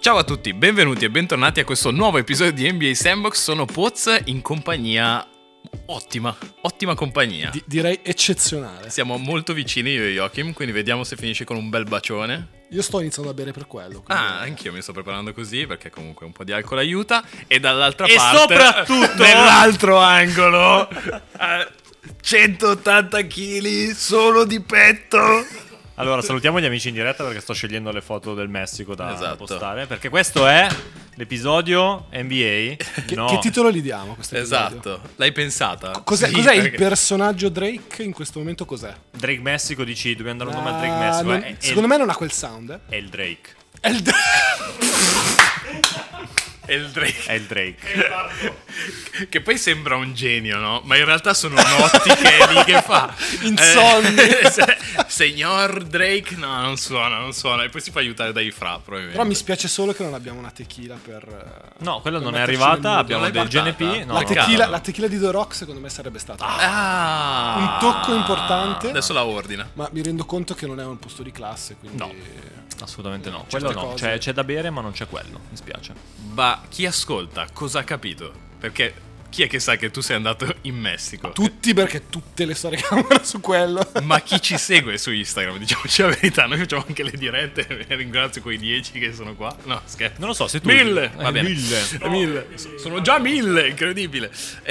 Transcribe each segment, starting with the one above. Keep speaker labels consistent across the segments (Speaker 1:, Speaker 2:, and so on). Speaker 1: Ciao a tutti, benvenuti e bentornati a questo nuovo episodio di NBA Sandbox. Sono Poz in compagnia ottima, ottima compagnia.
Speaker 2: Di- direi eccezionale.
Speaker 1: Siamo molto vicini io e Joachim, quindi vediamo se finisce con un bel bacione.
Speaker 2: Io sto iniziando a bere per quello. quindi-
Speaker 1: Ah, anch'io mi sto preparando così perché comunque un po' di alcol aiuta. E dall'altra
Speaker 3: E
Speaker 1: parte...
Speaker 3: soprattutto-
Speaker 1: Nell'altro angolo... a 180 kg solo di petto.
Speaker 3: Allora, salutiamo gli amici in diretta perché sto scegliendo le foto del Messico da
Speaker 1: Esatto.
Speaker 3: postare. Perché questo è l'episodio NBA.
Speaker 2: Che,
Speaker 3: no.
Speaker 2: che titolo gli diamo a questo episodio?
Speaker 1: Esatto, l'hai pensata.
Speaker 2: Cos'è,
Speaker 1: Sì,
Speaker 2: cos'è il
Speaker 1: perché-
Speaker 2: personaggio Drake in questo momento? Cos'è?
Speaker 3: Drake Messico, dici, dobbiamo dare un nome a
Speaker 2: Ah,
Speaker 3: Drake Messico.
Speaker 2: non-
Speaker 3: eh? È-
Speaker 2: secondo
Speaker 3: è,
Speaker 2: me non ha quel sound. eh.
Speaker 3: È il Drake.
Speaker 2: È il
Speaker 1: È il Drake.
Speaker 3: È il Drake.
Speaker 1: Che poi sembra un genio, no? Ma in realtà sono notti che è lì che fa.
Speaker 2: Insonni.
Speaker 1: Eh, se- signor Drake, no, non suona, non suona. E poi si fa aiutare dai fra, probabilmente.
Speaker 2: Però mi spiace solo che non abbiamo una tequila per... eh,
Speaker 3: No, quella
Speaker 2: per
Speaker 3: non è
Speaker 2: metterci nel
Speaker 3: arrivata.
Speaker 2: mood.
Speaker 3: Abbiamo
Speaker 1: Non l'hai
Speaker 3: del
Speaker 1: portata?
Speaker 3: GNP. No,
Speaker 2: La,
Speaker 3: no.
Speaker 1: peccato.
Speaker 2: tequila, la tequila di The Rock secondo me sarebbe stata...
Speaker 1: Ah!
Speaker 2: Un tocco importante.
Speaker 1: Adesso la ordina.
Speaker 2: Ma mi rendo conto che non è un posto di classe, quindi...
Speaker 3: No. Assolutamente no. Quello
Speaker 2: Certe
Speaker 3: no.
Speaker 2: cose.
Speaker 3: C'è, c'è da bere, ma non c'è quello. Mi spiace.
Speaker 1: Ma chi ascolta cosa ha capito? Perché chi è che sa che tu sei andato in Messico?
Speaker 2: Tutti perché tutte le storie cambiano su quello.
Speaker 1: Ma chi ci segue su Instagram? Diciamoci la verità, noi facciamo anche le dirette. Ringrazio quei 10 che sono qua. No, scherzo.
Speaker 3: Non lo so, se tu.
Speaker 1: Mille!
Speaker 3: Eh,
Speaker 1: Va bene.
Speaker 3: Mille.
Speaker 1: Eh, mille. So- Sono già mille, incredibile.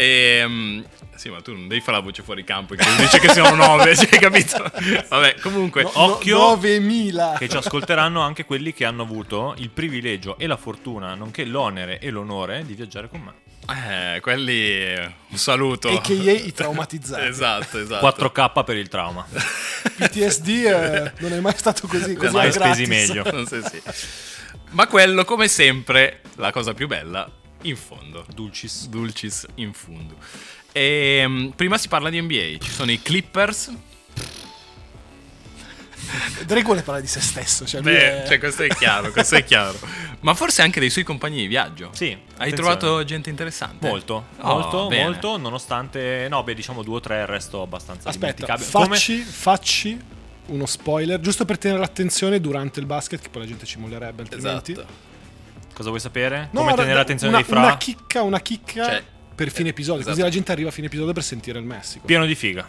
Speaker 1: Ehm, sì, ma tu non devi fare la voce fuori campo. in cui Dice che siamo nove, cioè, hai capito? Vabbè, comunque.
Speaker 2: No, no,
Speaker 3: occhio.
Speaker 2: 9.000.
Speaker 3: che ci ascolteranno anche quelli che hanno avuto il privilegio e la fortuna, nonché l'onere e l'onore di viaggiare con me.
Speaker 2: Certo.
Speaker 1: Eh, quelli. eh, Un saluto.
Speaker 2: AKA i traumatizzati.
Speaker 1: Esatto, esatto.
Speaker 3: 4K per il trauma.
Speaker 2: PTSD eh, non è mai stato così. così
Speaker 3: mai
Speaker 2: a gratis.
Speaker 3: spesi meglio.
Speaker 1: Non so, sì. Ma quello, come sempre, la cosa più bella, in fondo.
Speaker 3: Dulcis.
Speaker 1: Dulcis in fondo. Ehm, prima si parla di NBA. Ci sono i Clippers.
Speaker 2: Drake vuole parlare di se stesso. Cioè, lui
Speaker 1: Beh,
Speaker 2: è-
Speaker 1: cioè, questo è chiaro, questo è chiaro. Ma forse anche dei suoi compagni di viaggio.
Speaker 3: Sì,
Speaker 1: Hai
Speaker 3: attenzione.
Speaker 1: trovato gente interessante?
Speaker 3: Molto,
Speaker 2: Ah,
Speaker 1: Oh,
Speaker 3: molto,
Speaker 1: bene.
Speaker 3: molto, nonostante, no, beh, diciamo due o tre, il resto abbastanza
Speaker 2: Aspetta,
Speaker 3: dimenticabile. Come-
Speaker 2: facci, facci uno spoiler, giusto per tenere l'attenzione durante il basket, che poi la gente ci mollerebbe altrimenti.
Speaker 1: Esatto.
Speaker 3: cosa vuoi sapere?
Speaker 2: No,
Speaker 3: Come
Speaker 2: no,
Speaker 3: tenere
Speaker 2: no,
Speaker 3: l'attenzione
Speaker 2: una,
Speaker 3: dei fra?
Speaker 2: Una chicca, una chicca
Speaker 1: Cioè,
Speaker 2: per fine
Speaker 1: eh,
Speaker 2: episodio,
Speaker 1: esatto.
Speaker 2: così la gente arriva a fine episodio per sentire il Messico.
Speaker 3: Pieno di figa.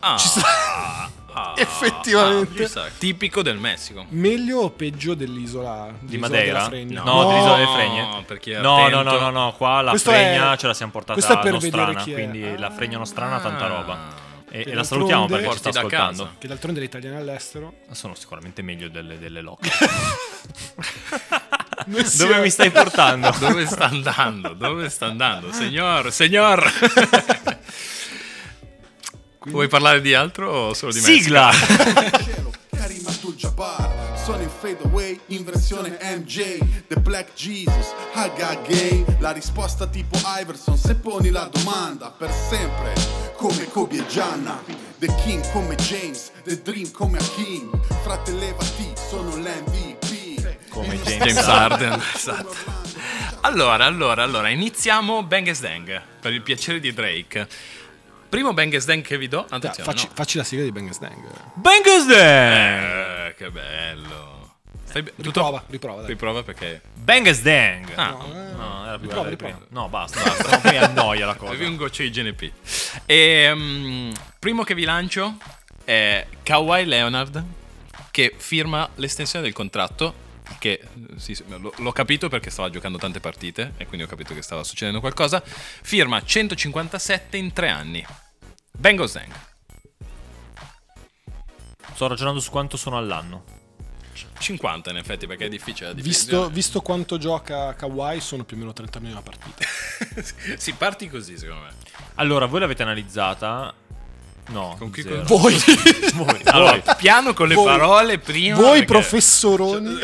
Speaker 1: Ah,
Speaker 2: Ci sta-
Speaker 1: ah,
Speaker 2: Effettivamente.
Speaker 1: ah, ci sta. tipico del Messico.
Speaker 2: Meglio o peggio dell'isola
Speaker 3: Di
Speaker 2: dell'isola
Speaker 3: Madeira?
Speaker 2: della Fregna?
Speaker 3: No, dell'isola delle
Speaker 1: No,
Speaker 3: Fregne.
Speaker 1: per chi è
Speaker 3: no, no,
Speaker 1: attento.
Speaker 3: no, no, no, qua la
Speaker 2: Questo
Speaker 3: fregna
Speaker 2: è-
Speaker 3: ce la siamo portata
Speaker 2: questo è per vedere
Speaker 3: nostrana,
Speaker 2: chi è.
Speaker 3: quindi la fregna nostrana ha tanta
Speaker 1: Ah.
Speaker 3: roba. E,
Speaker 2: Che
Speaker 3: e la salutiamo
Speaker 2: d'altronde-
Speaker 3: perché ci sta
Speaker 1: Porti da
Speaker 3: ascoltando.
Speaker 1: casa.
Speaker 2: Che d'altronde le italiane all'estero.
Speaker 3: Sono sicuramente meglio delle, delle locche.
Speaker 2: Noi siamo-
Speaker 3: Dove mi stai portando?
Speaker 1: Dove sta andando? Dove sta andando? Signor, signor. Vuoi parlare di altro o solo di Messico?
Speaker 3: Sigla!
Speaker 4: cielo, Karim Abdul-Jabbar Sono in fade away in versione MJ The Black Jesus, Haga Gay La risposta tipo Iverson se poni la domanda Per sempre come Kobe e Gianna The King come James, The Dream come Hakim Fratelli Vati sono l'MVP
Speaker 3: Come
Speaker 4: Il
Speaker 3: James
Speaker 1: James
Speaker 4: nostro-
Speaker 1: Harden, esatto. Allora, allora, allora, iniziamo Bang as Dang per il piacere di Drake. Primo Bang as Dang che vi do,
Speaker 2: Dai,
Speaker 1: attenzione.
Speaker 2: Cioè, facci,
Speaker 1: no.
Speaker 2: facci la sigla di Bang Stang.
Speaker 3: Bangers Dang!
Speaker 1: Eh, che bello. Stai be- tutto-
Speaker 2: Riprova, riprova. Dai.
Speaker 1: Riprova perché
Speaker 3: Bangers Dang!
Speaker 1: Ah,
Speaker 2: eh.
Speaker 3: No,
Speaker 2: Riprova,
Speaker 3: era più bella del
Speaker 2: riprova.
Speaker 3: primo. No, basta, basta. Mi annoia la cosa.
Speaker 1: avevi un goccio di GNP. Ehm, primo che vi lancio è Kawhi Leonard che firma l'estensione del contratto che sì, sì, lo- l'ho capito perché stava giocando tante partite e quindi ho capito che stava succedendo qualcosa. Firma 157 in tre anni. Bengals Dang.
Speaker 3: Sto ragionando su quanto sono all'anno.
Speaker 1: 50 in effetti perché è difficile da
Speaker 2: Visto,
Speaker 1: difendere.
Speaker 2: visto quanto gioca Kawhi, sono più o meno 30 milioni a partita.
Speaker 1: si parti così secondo me.
Speaker 3: Allora, voi l'avete analizzata? No.
Speaker 1: Con chi
Speaker 3: zero.
Speaker 1: con-
Speaker 2: Voi,
Speaker 3: Voi. Allora,
Speaker 1: Piano con le
Speaker 2: Voi-
Speaker 1: parole prima.
Speaker 2: voi
Speaker 1: perché-
Speaker 2: professoroni,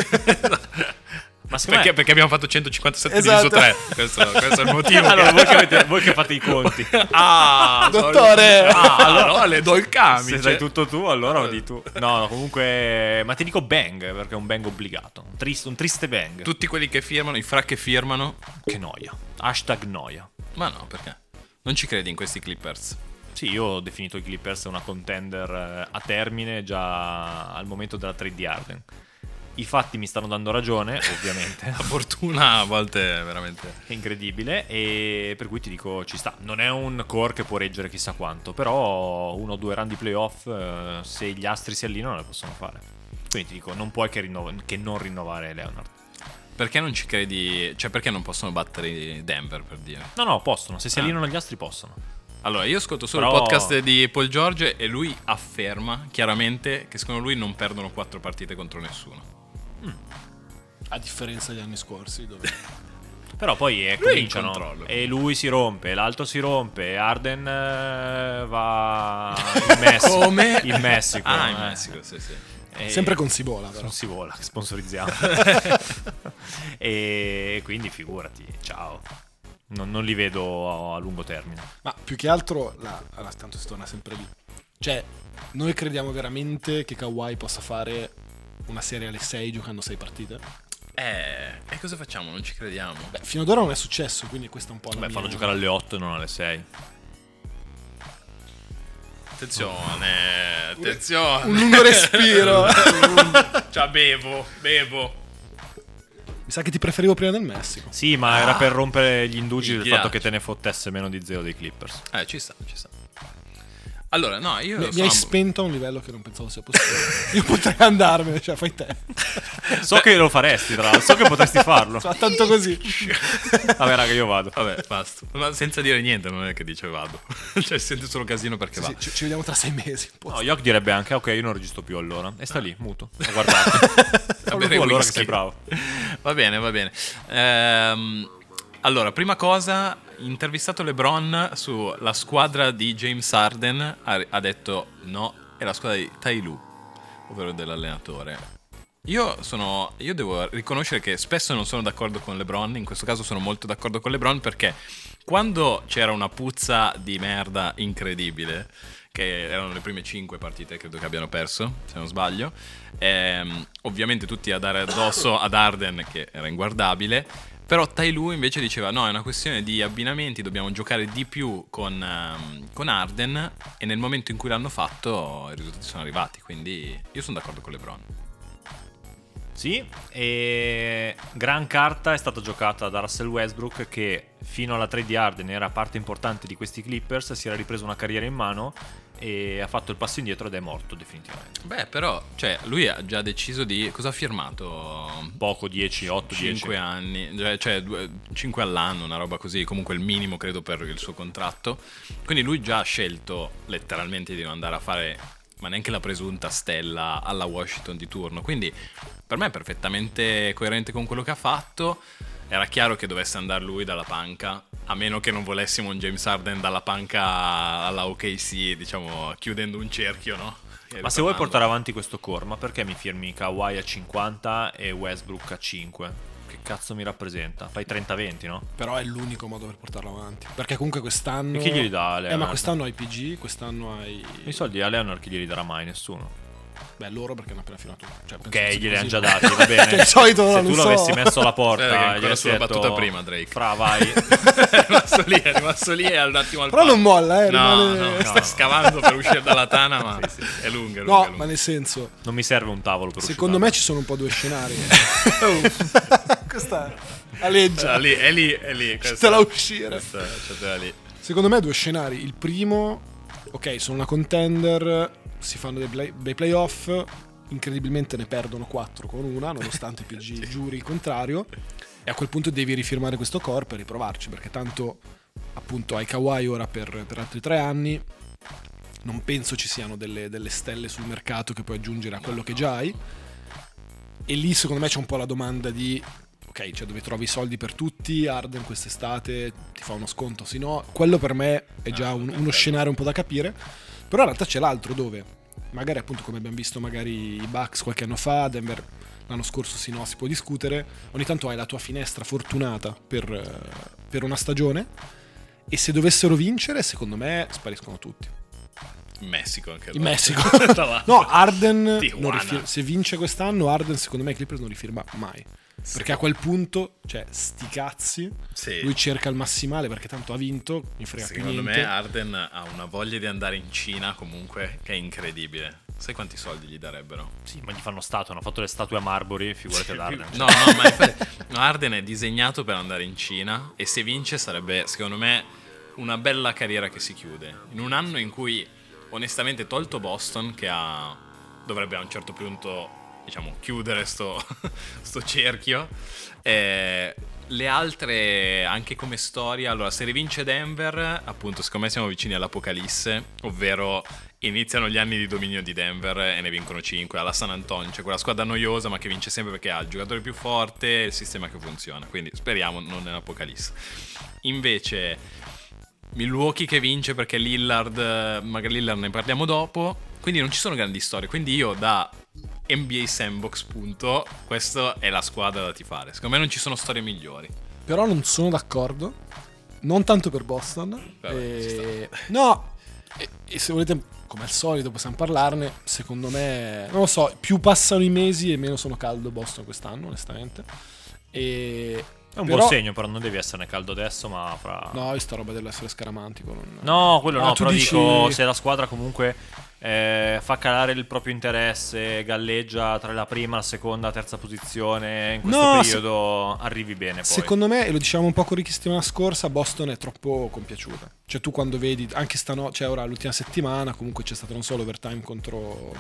Speaker 3: ma secondo
Speaker 1: Perché,
Speaker 3: me...
Speaker 1: perché abbiamo fatto 157
Speaker 2: Esatto.
Speaker 1: diviso 3. Questo, questo è il motivo.
Speaker 3: Allora, voi che, avete- voi che fate i conti.
Speaker 1: Ah,
Speaker 2: Dottore!
Speaker 1: Ah, allora le do il camice.
Speaker 3: Se sai tutto tu, allora lo di tu. No, no, comunque... Ma ti dico bang, perché è un bang obbligato. Un triste, un triste bang.
Speaker 1: Tutti quelli che firmano, i fra che firmano.
Speaker 3: Che noia. Hashtag noia.
Speaker 1: Ma no, perché? Non ci credi in questi Clippers.
Speaker 3: Sì, io ho definito i Clippers una contender eh, a termine già al momento della trade di Arden. I fatti mi stanno dando ragione, ovviamente.
Speaker 1: La fortuna a volte è veramente...
Speaker 3: È incredibile e per cui ti dico ci sta. Non è un core che può reggere chissà quanto, però uno o due run di playoff eh, se gli astri si allineano le possono fare. Quindi ti dico, non puoi che, rinnova- che non rinnovare Leonard.
Speaker 1: Perché non ci credi... Cioè perché non possono battere Denver per dire?
Speaker 3: No, no, possono, se si
Speaker 1: Ah.
Speaker 3: allineano gli astri possono.
Speaker 1: Allora, io ascolto solo
Speaker 3: Però-
Speaker 1: il podcast di Paul George e lui afferma chiaramente che secondo lui non perdono quattro partite contro nessuno.
Speaker 2: A differenza degli anni scorsi, dove
Speaker 3: Però
Speaker 1: Lui
Speaker 3: poi eh,
Speaker 1: è in
Speaker 3: cominciano
Speaker 1: controllo.
Speaker 3: e lui si rompe, l'altro si rompe, Arden eh, va in Messico.
Speaker 1: Come?
Speaker 3: In Messico.
Speaker 1: Ah, in
Speaker 3: eh.
Speaker 1: Messico, sì, sì.
Speaker 3: E-
Speaker 2: sempre con Sibola, però.
Speaker 3: Non si vola, che sponsorizziamo. e quindi figurati, ciao. Non, non li vedo a, a lungo termine.
Speaker 2: Ma più che altro, la, alla tanto si torna sempre lì. Cioè, noi crediamo veramente che Kawhi possa fare una serie alle 6 giocando 6 partite?
Speaker 1: Eh, e cosa facciamo? Non ci crediamo.
Speaker 2: Beh, fino ad ora non è successo, quindi questa è un po' la
Speaker 3: Beh,
Speaker 2: mia-
Speaker 3: fanno giocare alle 8 e non alle 6.
Speaker 1: Attenzione, attenzione.
Speaker 2: un lungo respiro.
Speaker 1: Ciao, bevo, bevo.
Speaker 2: Mi sa che ti preferivo prima del Messico.
Speaker 3: Sì, ma era per rompere gli
Speaker 1: Ah.
Speaker 3: indugi
Speaker 1: Mi
Speaker 3: del
Speaker 1: piace.
Speaker 3: fatto che te ne fottesse meno di zero dei Clippers.
Speaker 1: Eh, ci sta, ci sta. Allora, no, io
Speaker 2: Mi, mi
Speaker 1: sono
Speaker 2: hai
Speaker 1: a-
Speaker 2: spento a un livello che non pensavo sia possibile. Io potrei andarmene, cioè, fai te.
Speaker 3: So che lo faresti, tra l'altro, so che potresti farlo.
Speaker 2: Ma tanto così.
Speaker 3: Vabbè, raga, io vado.
Speaker 1: Vabbè, basta. Ma senza dire niente, non è che dice vado. cioè, sente solo casino perché va.
Speaker 2: Sì, ci, ci vediamo tra 6 mesi. un po'.
Speaker 3: No, Yok direbbe anche, ok, io non registro più allora. E sta lì, muto. a guardarti. Fallo
Speaker 1: bere
Speaker 3: tu allora che
Speaker 1: whisky.
Speaker 3: sei bravo.
Speaker 1: Va bene, va bene. Ehm, allora, prima cosa, intervistato LeBron sulla squadra di James Harden, ha, ha detto no, è la squadra di Tai Lue, ovvero dell'allenatore. Io, sono, io devo riconoscere che spesso non sono d'accordo con LeBron, in questo caso sono molto d'accordo con LeBron perché quando c'era una puzza di merda incredibile, che erano le prime 5 partite credo che abbiano perso, se non sbaglio, ehm, ovviamente tutti a dare addosso ad Arden che era inguardabile, però Tai Lu invece diceva no, è una questione di abbinamenti, dobbiamo giocare di più con, ehm, con Arden e nel momento in cui l'hanno fatto i risultati sono arrivati, quindi io sono d'accordo con LeBron.
Speaker 3: Sì, e gran carta è stata giocata da Russell Westbrook che fino alla trade di Harden era parte importante di questi Clippers, si era ripreso una carriera in mano e ha fatto il passo indietro ed è morto definitivamente.
Speaker 1: Beh, però, cioè, lui ha già deciso di. Cosa ha firmato?
Speaker 3: Poco, 10, 8, 10.
Speaker 1: 5 anni, cioè- cioè 5 all'anno, una roba così, comunque il minimo credo per il suo contratto. Quindi lui già ha scelto letteralmente di non andare a fare, ma neanche la presunta stella alla Washington di turno. Quindi per me è perfettamente coerente con quello che ha fatto. Era chiaro che dovesse andare lui dalla panca, a meno che non volessimo un James Harden dalla panca alla OKC, diciamo chiudendo un cerchio, no? E
Speaker 3: Ma se vuoi
Speaker 1: ritornando.
Speaker 3: portare avanti questo core, ma perché mi firmi Kawhi a 50 e Westbrook a 5? Che cazzo mi rappresenta? Fai 30-20, no?
Speaker 2: Però è l'unico modo per portarlo avanti. Perché comunque quest'anno.
Speaker 3: E chi glieli dà,
Speaker 2: Eh, ma
Speaker 3: Leonard?
Speaker 2: quest'anno hai PG, quest'anno hai.
Speaker 3: I soldi a Leonard chi glieli darà mai? Nessuno.
Speaker 2: Beh, loro perché hanno appena firmato. Cioè, penso
Speaker 3: Ok,
Speaker 2: sia
Speaker 3: glieli hanno
Speaker 2: così.
Speaker 3: già dati, va bene.
Speaker 2: Cioè, di solito
Speaker 3: Se
Speaker 2: non
Speaker 3: tu
Speaker 2: so.
Speaker 3: l'avessi messo alla
Speaker 1: Aspetta che è
Speaker 3: porta,
Speaker 1: ancora
Speaker 3: gli
Speaker 1: sulla
Speaker 3: sulla
Speaker 1: battuta prima, Drake.
Speaker 3: Fra, vai.
Speaker 1: è rimasto lì, è rimasto lì e un attimo al
Speaker 2: Però
Speaker 1: palo.
Speaker 2: non molla, eh.
Speaker 1: No,
Speaker 2: rimane-
Speaker 1: no,
Speaker 3: no.
Speaker 1: sta scavando per uscire dalla tana, ma è lunga, è lunga. è
Speaker 2: No,
Speaker 1: lunga.
Speaker 2: ma nel senso,
Speaker 3: Non mi serve un tavolo per
Speaker 2: secondo me
Speaker 3: uscire
Speaker 2: ci sono un po' due scenari. Questa è la
Speaker 1: Ah,
Speaker 2: legge.
Speaker 1: lì, è lì, è lì.
Speaker 2: Te la uscire.
Speaker 1: questa- lasciatela lì.
Speaker 2: Secondo me due scenari. Il primo, ok, sono una contender, si fanno dei, play- dei playoff, incredibilmente ne perdono 4 con una, nonostante PG giuri il contrario. E a quel punto devi rifirmare questo core per riprovarci, perché tanto appunto hai Kawhi ora per, per altri tre anni. Non penso ci siano delle, delle stelle sul mercato che puoi aggiungere a quello che già hai. E lì secondo me c'è un po' la domanda di ok, cioè dove trovi i soldi per tutti, Arden quest'estate ti fa uno sconto, se no quello per me è già un- uno scenario un po' da capire, però in realtà c'è l'altro dove magari appunto come abbiamo visto magari i Bucks qualche anno fa, Denver l'anno scorso sì no, si può discutere, ogni tanto hai la tua finestra fortunata per, eh, per una stagione e se dovessero vincere secondo me spariscono tutti.
Speaker 1: In Messico anche
Speaker 2: In
Speaker 1: là.
Speaker 2: Messico.
Speaker 1: Tra l'altro.
Speaker 2: No, Arden non
Speaker 1: Tijuana.
Speaker 2: rifir- se vince quest'anno, Arden secondo me i Clippers non rifirma mai. Perché a quel punto, cioè, sti cazzi,
Speaker 1: Sì.
Speaker 2: lui cerca il massimale perché tanto ha vinto, mi frega più
Speaker 1: Secondo
Speaker 2: niente.
Speaker 1: me Arden ha una voglia di andare in Cina comunque che è incredibile. Sai quanti soldi gli darebbero?
Speaker 3: Sì, ma gli fanno statue, hanno fatto le statue a Marbury, figurate ad Arden.
Speaker 1: No, no, ma infatti, no, Arden è disegnato per andare in Cina e se vince sarebbe, secondo me, una bella carriera che si chiude. In un anno in cui, onestamente, tolto Boston, che ha- dovrebbe a un certo punto, diciamo, chiudere sto, sto cerchio, eh, le altre, anche come storia, allora, se rivince Denver, appunto, secondo me siamo vicini all'apocalisse, ovvero iniziano gli anni di dominio di Denver e ne vincono 5 alla San Antonio, cioè quella squadra noiosa ma che vince sempre perché ha il giocatore più forte e il sistema che funziona, quindi speriamo non è un'apocalisse. Invece Milwaukee che vince perché Lillard, magari Lillard ne parliamo dopo, quindi non ci sono grandi storie, quindi io da NBA Sandbox punto, questa è la squadra da tifare, secondo me non ci sono storie migliori.
Speaker 2: Però non sono d'accordo. Non tanto per Boston.
Speaker 1: Vabbè, ci
Speaker 2: E- No, e, e se volete, come al solito, possiamo parlarne. Secondo me, non lo so, più passano i mesi e meno sono caldo Boston quest'anno, onestamente. E,
Speaker 3: È un
Speaker 2: però-
Speaker 3: buon segno, però non devi esserne caldo adesso, ma fra...
Speaker 2: No, io sta roba dell'essere scaramantico. Non...
Speaker 3: No, quello
Speaker 2: Ah,
Speaker 3: no,
Speaker 2: tu
Speaker 3: però
Speaker 2: dici-
Speaker 3: dico se la squadra comunque eh, fa calare il proprio interesse, galleggia tra la prima, la seconda, la terza posizione, in questo
Speaker 2: No, se-
Speaker 3: periodo arrivi bene poi.
Speaker 2: Secondo me, e lo dicevamo un po' con Ricky settimana scorsa, Boston è troppo compiaciuta. Cioè, tu quando vedi, anche stano, cioè ora l'ultima settimana, comunque c'è stato non so l'overtime contro,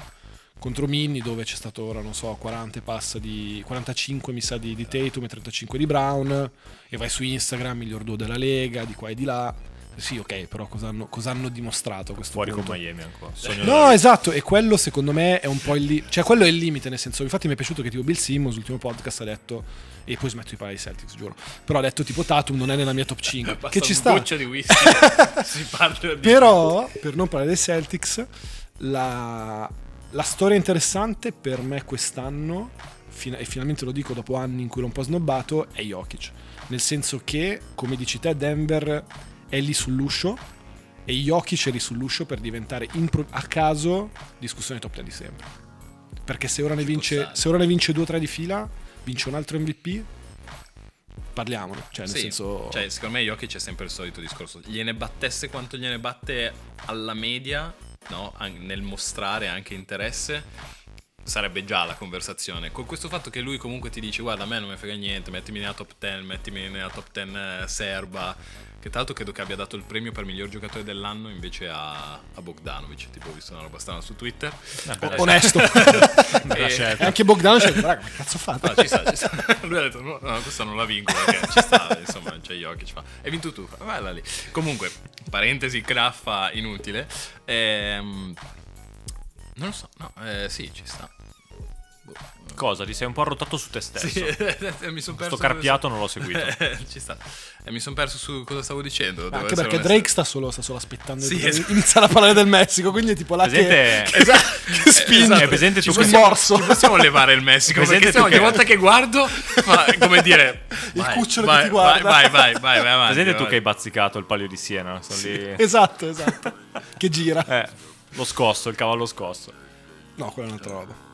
Speaker 2: contro Minni, dove c'è stato ora, non so, 40 e passa di 45 mi sa di, di Tatum e 35 di Brown. E vai su Instagram, miglior duo della Lega, di qua e di là. Sì, ok, però cosa hanno, cosa hanno dimostrato a questo
Speaker 3: Fuori
Speaker 2: punto?
Speaker 3: con Miami ancora. Sogno
Speaker 2: No, esatto, e quello secondo me è un po' il limite. Cioè, quello è il limite, nel senso, infatti mi è piaciuto che tipo Bill Simmons, l'ultimo podcast, ha detto, e poi smetto di parlare di Celtics, giuro, però ha detto tipo Tatum non è nella mia top 5, che ci sta.
Speaker 1: Un goccio di whisky, si parla di...
Speaker 2: Però, per non parlare dei Celtics, la, la storia interessante per me quest'anno, fina- e finalmente lo dico dopo anni in cui l'ho un po' snobbato, è Jokic. Nel senso che, come dici te, Denver è lì sull'uscio e Jokic è lì sull'uscio per diventare impro- a caso discussione top 10 di sempre. Perché se ora ne vince,
Speaker 1: stare.
Speaker 2: se ora ne vince due o tre di fila, vince un altro MVP, parliamone. Cioè, nel
Speaker 1: Sì,
Speaker 2: senso...
Speaker 1: cioè, secondo me Jokic c'è sempre il solito discorso. Gliene battesse quanto gliene batte alla media, no? An- nel mostrare anche interesse, sarebbe già la conversazione. Con questo fatto che lui comunque ti dice guarda a me non mi frega niente, mettimi nella top 10, mettimi nella top 10 eh, serba. Che tra l'altro credo che abbia dato il premio per miglior giocatore dell'anno invece a, a Bogdanovic, tipo ho visto una roba strana su Twitter. Eh,
Speaker 2: O- Onesto.
Speaker 3: Bella
Speaker 1: E-
Speaker 3: scelta.
Speaker 2: E anche Bogdan c'è, raga, ma che cazzo fate?
Speaker 1: Eh, No, ci sta, ci sta. Ah, Lui ha detto: no, no, questa non la vinco perché ci sta. Insomma, c'è Jokic. Fa. Hai vinto tu. Fa, Bella lì. Comunque, parentesi graffa inutile. Ehm, non lo so, no, eh, sì, ci sta. Boh.
Speaker 3: Cosa? Ti sei un po' arrotato su te stesso.
Speaker 1: Sì, Cioè, mi sono perso.
Speaker 3: Sto carpiato non l'ho seguito.
Speaker 1: ci sta. E mi sono perso su cosa stavo dicendo. devo
Speaker 2: Anche
Speaker 1: essere
Speaker 2: perché
Speaker 1: onesto.
Speaker 2: Drake sta solo, sta solo aspettando
Speaker 1: Sì,
Speaker 2: di
Speaker 1: esatto.
Speaker 2: iniziare a parlare del Messico, quindi è tipo là
Speaker 3: Presente-
Speaker 2: che, che, che spinge.
Speaker 3: esatto, è presente
Speaker 2: Ci
Speaker 3: tu
Speaker 2: possiamo-
Speaker 3: che-
Speaker 2: morso.
Speaker 1: Ci possiamo levare il Messico
Speaker 3: Presente
Speaker 1: perché sennò
Speaker 3: tu
Speaker 1: ogni
Speaker 3: che-
Speaker 1: volta che guardo, ma come dire,
Speaker 2: Il
Speaker 1: vai,
Speaker 2: cucciolo che
Speaker 1: vai,
Speaker 2: ti guarda.
Speaker 1: Vai, vai, vai, vai, vai avanti,
Speaker 3: Presente tu
Speaker 1: vai.
Speaker 3: che hai bazzicato il palio di Siena? Sono lì-
Speaker 2: Esatto, esatto. che gira.
Speaker 3: Eh, lo scosso, il cavallo scosso.
Speaker 2: No, quella è un'altra roba.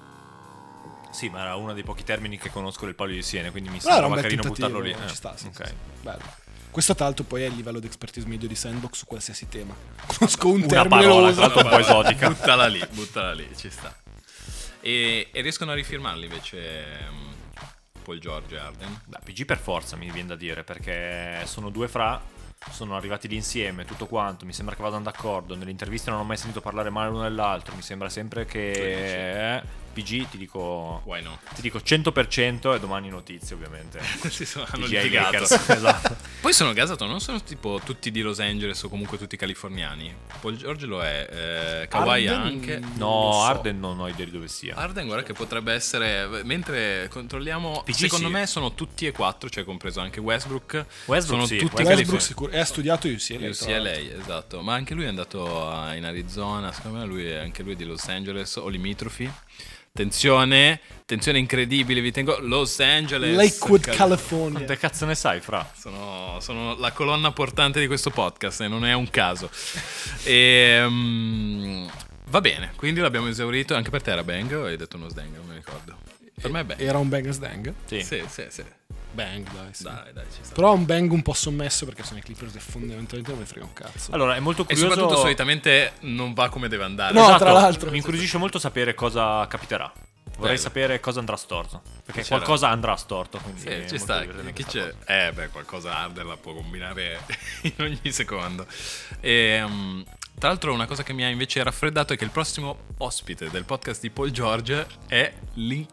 Speaker 3: Sì, ma era uno dei pochi termini che conosco del palio di Siena, quindi mi
Speaker 2: Però era un
Speaker 3: sembrava
Speaker 2: bel
Speaker 3: carino
Speaker 2: tentativo.
Speaker 3: buttarlo lì. Eh,
Speaker 2: Ci sta, sì,
Speaker 3: ok.
Speaker 2: sì, sì. Bello. Questo tanto poi è il livello di expertise medio di sandbox su qualsiasi tema. Conosco un
Speaker 3: Una
Speaker 2: termine
Speaker 3: parola,
Speaker 2: lo
Speaker 3: tra
Speaker 2: uso.
Speaker 3: l'altro. un po' esotica.
Speaker 1: Buttala lì, buttala lì, ci sta. E, e riescono a rifirmarli invece ehm, Paul George e Arden.
Speaker 3: Da PG per forza mi viene da dire perché sono due fra, sono arrivati lì insieme, tutto quanto, mi sembra che vadano d'accordo, nelle interviste non ho mai sentito parlare male l'uno dell'altro, mi sembra sempre che eh, PG ti dico
Speaker 1: Why no?
Speaker 3: ti dico 100% e domani notizie ovviamente.
Speaker 1: si sono, hanno
Speaker 3: PG ai
Speaker 1: litigato.
Speaker 3: Lakers, esatto.
Speaker 1: Poi sono gasato, non sono tipo tutti di Los Angeles o comunque tutti californiani. Paul George lo è, eh, Kawhi
Speaker 2: Harden-
Speaker 1: anche.
Speaker 3: No,
Speaker 2: Non so.
Speaker 3: Arden non ho idea di dove sia.
Speaker 1: Arden guarda che potrebbe essere, mentre controlliamo,
Speaker 3: PG
Speaker 1: secondo
Speaker 3: sì.
Speaker 1: me sono tutti e quattro, cioè compreso anche Westbrook.
Speaker 3: Westbrook
Speaker 1: sono
Speaker 3: sì,
Speaker 1: tutti
Speaker 2: Westbrook
Speaker 3: Westbrook
Speaker 1: californiani.
Speaker 2: sicuro. E ha studiato UCLA. tra l'altro.
Speaker 1: UCLA, esatto, ma anche lui è andato a- in Arizona, secondo me lui è anche lui è di Los Angeles o limitrofi. Attenzione, attenzione incredibile, vi tengo Los Angeles.
Speaker 2: Lakewood,
Speaker 1: Cal-
Speaker 2: California.
Speaker 3: Quante cazzo ne sai, fra?
Speaker 1: sono, sono la colonna portante di questo podcast e non è un caso. Ehm, va bene, quindi l'abbiamo esaurito. Anche per te era Bang o hai detto uno Sdang, non mi ricordo. Per me è Bang.
Speaker 2: Era un bang as dang.
Speaker 3: Sì.
Speaker 1: Sì, sì, sì.
Speaker 2: Bang, dai. sì.
Speaker 1: Dai, dai, ci sta.
Speaker 2: Però un bang un po' sommesso perché sono i Clippers e fondamentalmente non mi frega un cazzo.
Speaker 3: Allora, è molto
Speaker 1: E
Speaker 3: curioso. Esatto.
Speaker 1: soprattutto solitamente non va come deve andare.
Speaker 2: No, tra l'altro.
Speaker 3: Mi incuriosisce molto sapere cosa capiterà. Vorrei
Speaker 1: Bello.
Speaker 3: sapere cosa andrà storto. Perché
Speaker 1: C'era.
Speaker 3: qualcosa andrà storto. Quindi
Speaker 1: Sì,
Speaker 3: è Eh, molto
Speaker 1: ci sta.
Speaker 3: divertente
Speaker 1: Chi
Speaker 3: questa
Speaker 1: c'è? Eh, beh, qualcosa Harden la può combinare in ogni secondo. E, mm, tra l'altro, una cosa che mi ha invece raffreddato è che il prossimo ospite del podcast di Paul George è l'in-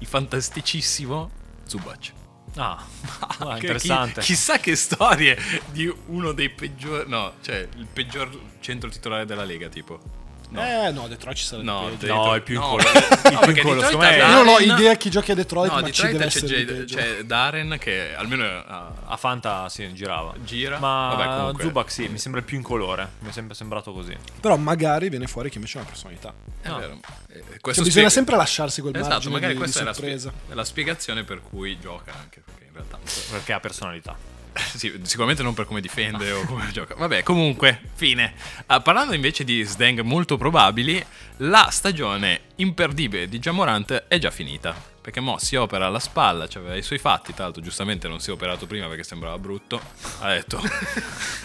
Speaker 1: il fantasticissimo Zubac.
Speaker 3: cosa. Ah, ah,
Speaker 1: Che-
Speaker 3: interessante.
Speaker 1: chi- chissà che storie di uno dei peggiori. No, cioè il peggior centro titolare della Lega, tipo. No.
Speaker 2: Eh, no, Detroit ci sarebbe
Speaker 1: No,
Speaker 2: peggio.
Speaker 1: dei-
Speaker 3: No, il più in
Speaker 1: no.
Speaker 3: collo.
Speaker 1: No,
Speaker 3: Il più in
Speaker 1: perché
Speaker 3: collo,
Speaker 1: Detroit
Speaker 3: secondo me.
Speaker 1: ha-
Speaker 2: Io non ho
Speaker 1: Allen-
Speaker 2: idea chi giochi a Detroit,
Speaker 1: No,
Speaker 2: ma
Speaker 1: di
Speaker 2: ci deve
Speaker 1: Detroit c'è,
Speaker 2: essere di
Speaker 1: Jade-
Speaker 2: peggio.
Speaker 1: c'è Darren che almeno ah, ha-
Speaker 3: A Fanta si girava.
Speaker 1: Gira? Vabbè,
Speaker 3: Ma
Speaker 1: comunque.
Speaker 3: Zubac sì, mi sembra il più in colore. Mi è sempre sembrato così.
Speaker 2: Però magari viene fuori che invece ha una personalità.
Speaker 1: È
Speaker 3: No.
Speaker 1: vero. Eh,
Speaker 2: Cioè,
Speaker 1: questo
Speaker 2: bisogna
Speaker 1: spiega-
Speaker 2: sempre lasciarsi quel
Speaker 1: Esatto,
Speaker 2: margine
Speaker 1: magari
Speaker 2: di, di
Speaker 1: questa è la, spie-
Speaker 2: sorpresa.
Speaker 1: è la spiegazione per cui gioca anche, perché in realtà...
Speaker 3: Perché ha personalità.
Speaker 1: Sì, sicuramente non per come difende o come gioca. Vabbè, comunque, fine. Ah, parlando invece di Sdeng molto probabili, la stagione imperdibile di Jamorant è già finita. Perché mo si opera alla spalla, cioè aveva i suoi fatti, tra l'altro giustamente non si è operato prima perché sembrava brutto. Ha detto,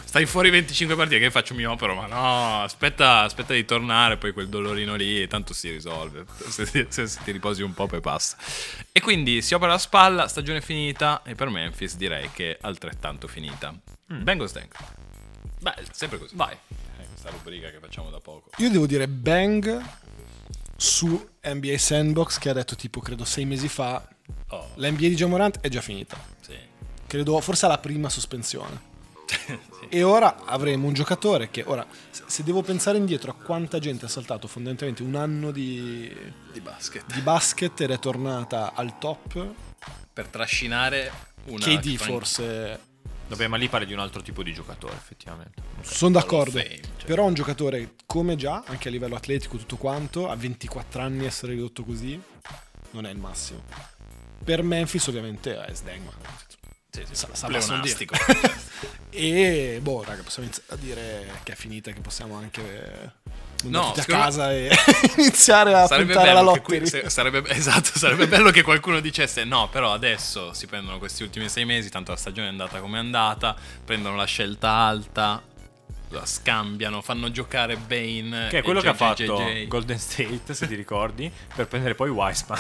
Speaker 1: stai fuori 25 partite che faccio mi opero, ma no, aspetta, aspetta di tornare, poi quel dolorino lì tanto si risolve. Se, se- se ti riposi un po' poi passa. E quindi si opera la spalla, stagione finita e per Memphis direi che altrettanto finita. Bengo Stank. Mm. Beh, sempre così. Vai. Eh, Questa rubrica che facciamo da poco.
Speaker 2: Io devo dire bang su NBA Sandbox che ha detto tipo credo sei mesi fa
Speaker 1: Oh,
Speaker 2: l'NBA di Jamorant è già finita.
Speaker 1: sì.
Speaker 2: Credo forse alla prima sospensione.
Speaker 1: Sì.
Speaker 2: E ora avremo un giocatore che ora se- se devo pensare indietro a quanta gente ha saltato fondamentalmente un anno di,
Speaker 1: Di basket.
Speaker 2: di basket ed è tornata al top,
Speaker 1: Per trascinare una...
Speaker 2: KD
Speaker 1: fran-
Speaker 2: forse
Speaker 3: Vabbè, ma lì parli di un altro tipo di giocatore, effettivamente.
Speaker 2: Sono d'accordo.
Speaker 1: Hall of Fame, cioè.
Speaker 2: Però un giocatore come già, anche a livello atletico, tutto quanto, a 24 anni essere ridotto così, non è il massimo. Per Memphis, ovviamente, è Sdegma.
Speaker 1: Sì, sì,
Speaker 2: Sa-
Speaker 1: sì.
Speaker 2: sa-
Speaker 1: pleonastico.
Speaker 2: E boh, raga, possiamo iniziare a dire che è finita, che possiamo anche
Speaker 1: No,
Speaker 2: andare a
Speaker 1: secondo me-
Speaker 2: casa e iniziare a
Speaker 1: Sarebbe
Speaker 2: puntare alla
Speaker 1: bello, che
Speaker 2: lotteria.
Speaker 1: qui- se- sarebbe, esatto, sarebbe bello che qualcuno dicesse no, però adesso si prendono questi ultimi sei mesi, tanto la stagione è andata come è andata, prendono la scelta alta, la scambiano, fanno giocare Bane. Eh,
Speaker 3: Che
Speaker 1: e
Speaker 3: è quello che ha fatto
Speaker 1: JJJJ.
Speaker 3: Golden State, se ti ricordi, per prendere poi Wiseman.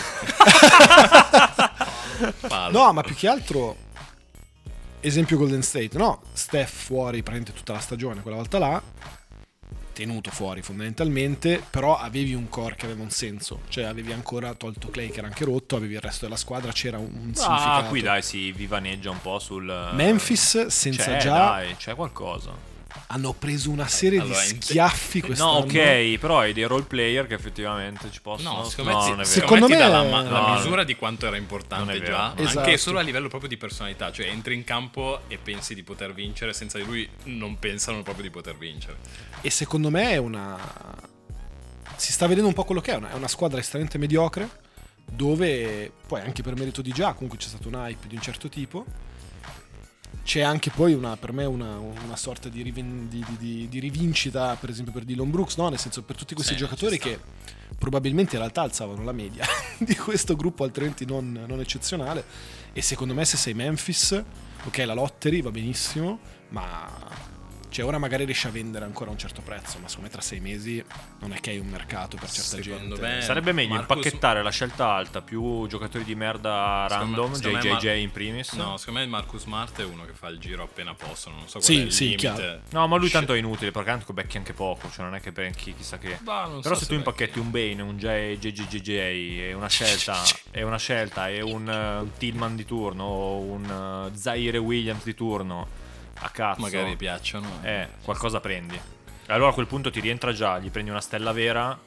Speaker 3: Ah,
Speaker 1: Palo.
Speaker 2: No, ma più che altro, esempio Golden State, no? Steph fuori praticamente tutta la stagione, quella volta là, tenuto fuori fondamentalmente, però avevi un core che aveva un senso, cioè avevi ancora tolto Clay che era anche rotto, avevi il resto della squadra, c'era un, un
Speaker 3: Ah,
Speaker 2: significato.
Speaker 3: qui dai, si vivaneggia un po' sul...
Speaker 2: Memphis senza
Speaker 1: Cioè,
Speaker 3: c'è,
Speaker 2: già
Speaker 3: Cioè, dai, c'è qualcosa.
Speaker 2: hanno preso una serie
Speaker 1: Allora,
Speaker 2: di
Speaker 1: in te-
Speaker 2: schiaffi quest'anno.
Speaker 3: No, ok, però hai dei role player che effettivamente ci possono...
Speaker 1: No, secondo me, ti-
Speaker 3: non è vero.
Speaker 1: secondo me ti
Speaker 2: Secondo
Speaker 1: dà la,
Speaker 2: me-
Speaker 1: ma- la
Speaker 3: No, no.
Speaker 1: misura di quanto era
Speaker 3: Non
Speaker 1: importante
Speaker 3: è vero.
Speaker 1: già, ma
Speaker 2: Esatto.
Speaker 1: anche solo a livello proprio di personalità, cioè entri in campo e pensi di poter vincere, senza di lui non pensano proprio di poter vincere.
Speaker 2: E secondo me è una. Si sta vedendo un po' quello che è. Una, è una squadra estremamente mediocre. Dove poi anche per merito di già, comunque c'è stato un hype di un certo tipo. C'è anche poi una, per me una, una sorta di, riven- di- di- di- di rivincita, per esempio, per Dylan Brooks, no? Nel senso, per tutti questi
Speaker 1: Sì,
Speaker 2: giocatori
Speaker 1: ci sta.
Speaker 2: che probabilmente in realtà alzavano la media di questo gruppo, altrimenti non, non eccezionale. E secondo me, se sei Memphis, ok, la lottery va benissimo, ma cioè ora magari riesci a vendere ancora a un certo prezzo, ma secondo me tra sei mesi non è che hai un mercato per certa
Speaker 1: Secondo
Speaker 2: gente.
Speaker 1: me-
Speaker 3: Sarebbe meglio
Speaker 1: Marcus-
Speaker 3: impacchettare la scelta alta, più giocatori di merda
Speaker 1: Secondo me-
Speaker 3: random,
Speaker 1: secondo me
Speaker 3: JJJ
Speaker 1: Mar-
Speaker 3: in primis.
Speaker 1: No, secondo me Marcus Smart è uno che fa il giro appena possono, non so qual
Speaker 2: Sì,
Speaker 1: è il
Speaker 2: sì,
Speaker 1: limite.
Speaker 2: chiaro.
Speaker 3: No, ma lui tanto è inutile, perché tanto becchi anche poco, cioè non è che becchi chissà che...
Speaker 1: Bah, non
Speaker 3: Però
Speaker 1: so se
Speaker 3: se tu
Speaker 1: becchi.
Speaker 3: impacchetti un Bane, un JJJJ e una scelta, e una scelta, e un eh, Tillman di turno, o un eh, Zaire Williams di turno, a cazzo...
Speaker 1: Magari piacciono.
Speaker 3: Eh, qualcosa prendi. Allora a quel punto ti rientra già, gli prendi una stella vera,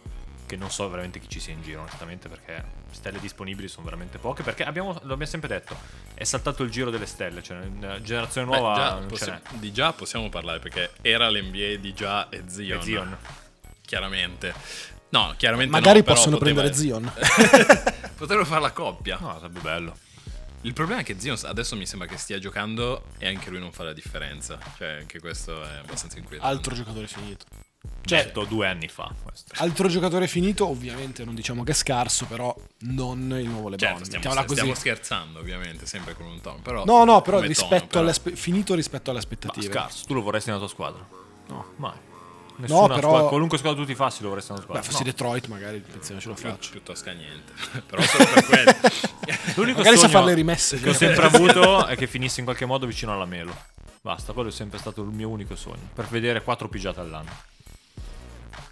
Speaker 3: che non so veramente chi ci sia in giro, onestamente, perché stelle disponibili sono veramente poche, perché abbiamo, lo abbiamo sempre detto, è saltato il giro delle stelle, cioè eh, generazione
Speaker 1: Beh,
Speaker 3: nuova
Speaker 1: già,
Speaker 3: non
Speaker 1: possi-
Speaker 3: ce n'è.
Speaker 1: di già possiamo parlare perché era l'NBA di già e Zion.
Speaker 3: E Zion.
Speaker 1: Chiaramente. No, chiaramente
Speaker 2: Magari
Speaker 1: no, però
Speaker 2: possono
Speaker 1: poteva-
Speaker 2: prendere Zion.
Speaker 1: Potrebbero fare la coppia.
Speaker 3: No, sarebbe bello.
Speaker 1: Il problema è che Zion adesso mi sembra che stia giocando e anche lui non fa la differenza. Cioè, anche questo è abbastanza inquietante.
Speaker 2: Altro giocatore finito. Cioè-
Speaker 3: Detto due anni fa. Questo.
Speaker 2: Altro giocatore finito, ovviamente non diciamo che è scarso, però non il nuovo LeBron.
Speaker 1: Certo, stiamo,
Speaker 2: mettiamola
Speaker 1: stiamo
Speaker 2: così.
Speaker 1: scherzando ovviamente, sempre con un tono. Però
Speaker 2: No, no, però
Speaker 1: come
Speaker 2: rispetto
Speaker 1: tono, però.
Speaker 2: all'aspe- finito rispetto alle
Speaker 3: Ma
Speaker 2: aspettative.
Speaker 3: scarso, tu lo vorresti nella tua squadra?
Speaker 2: No.
Speaker 3: Mai. Nessuna
Speaker 2: però-
Speaker 3: squadra- qualunque squadra tu ti fassi lo vorresti nella
Speaker 2: Beh,
Speaker 1: eh,
Speaker 3: squadra.
Speaker 2: fossi
Speaker 3: No.
Speaker 2: Detroit magari pensiamo ce lo
Speaker 1: Più-
Speaker 2: faccio.
Speaker 1: piuttosto che niente. però solo per quello.
Speaker 3: L'unico
Speaker 2: Magari sa
Speaker 3: sogno
Speaker 2: fare le rimesse. cioè,
Speaker 3: che ho sempre avuto è che finisse in qualche modo vicino alla Melo. Basta, quello è sempre stato il mio unico sogno. Per vedere quattro pigiate all'anno.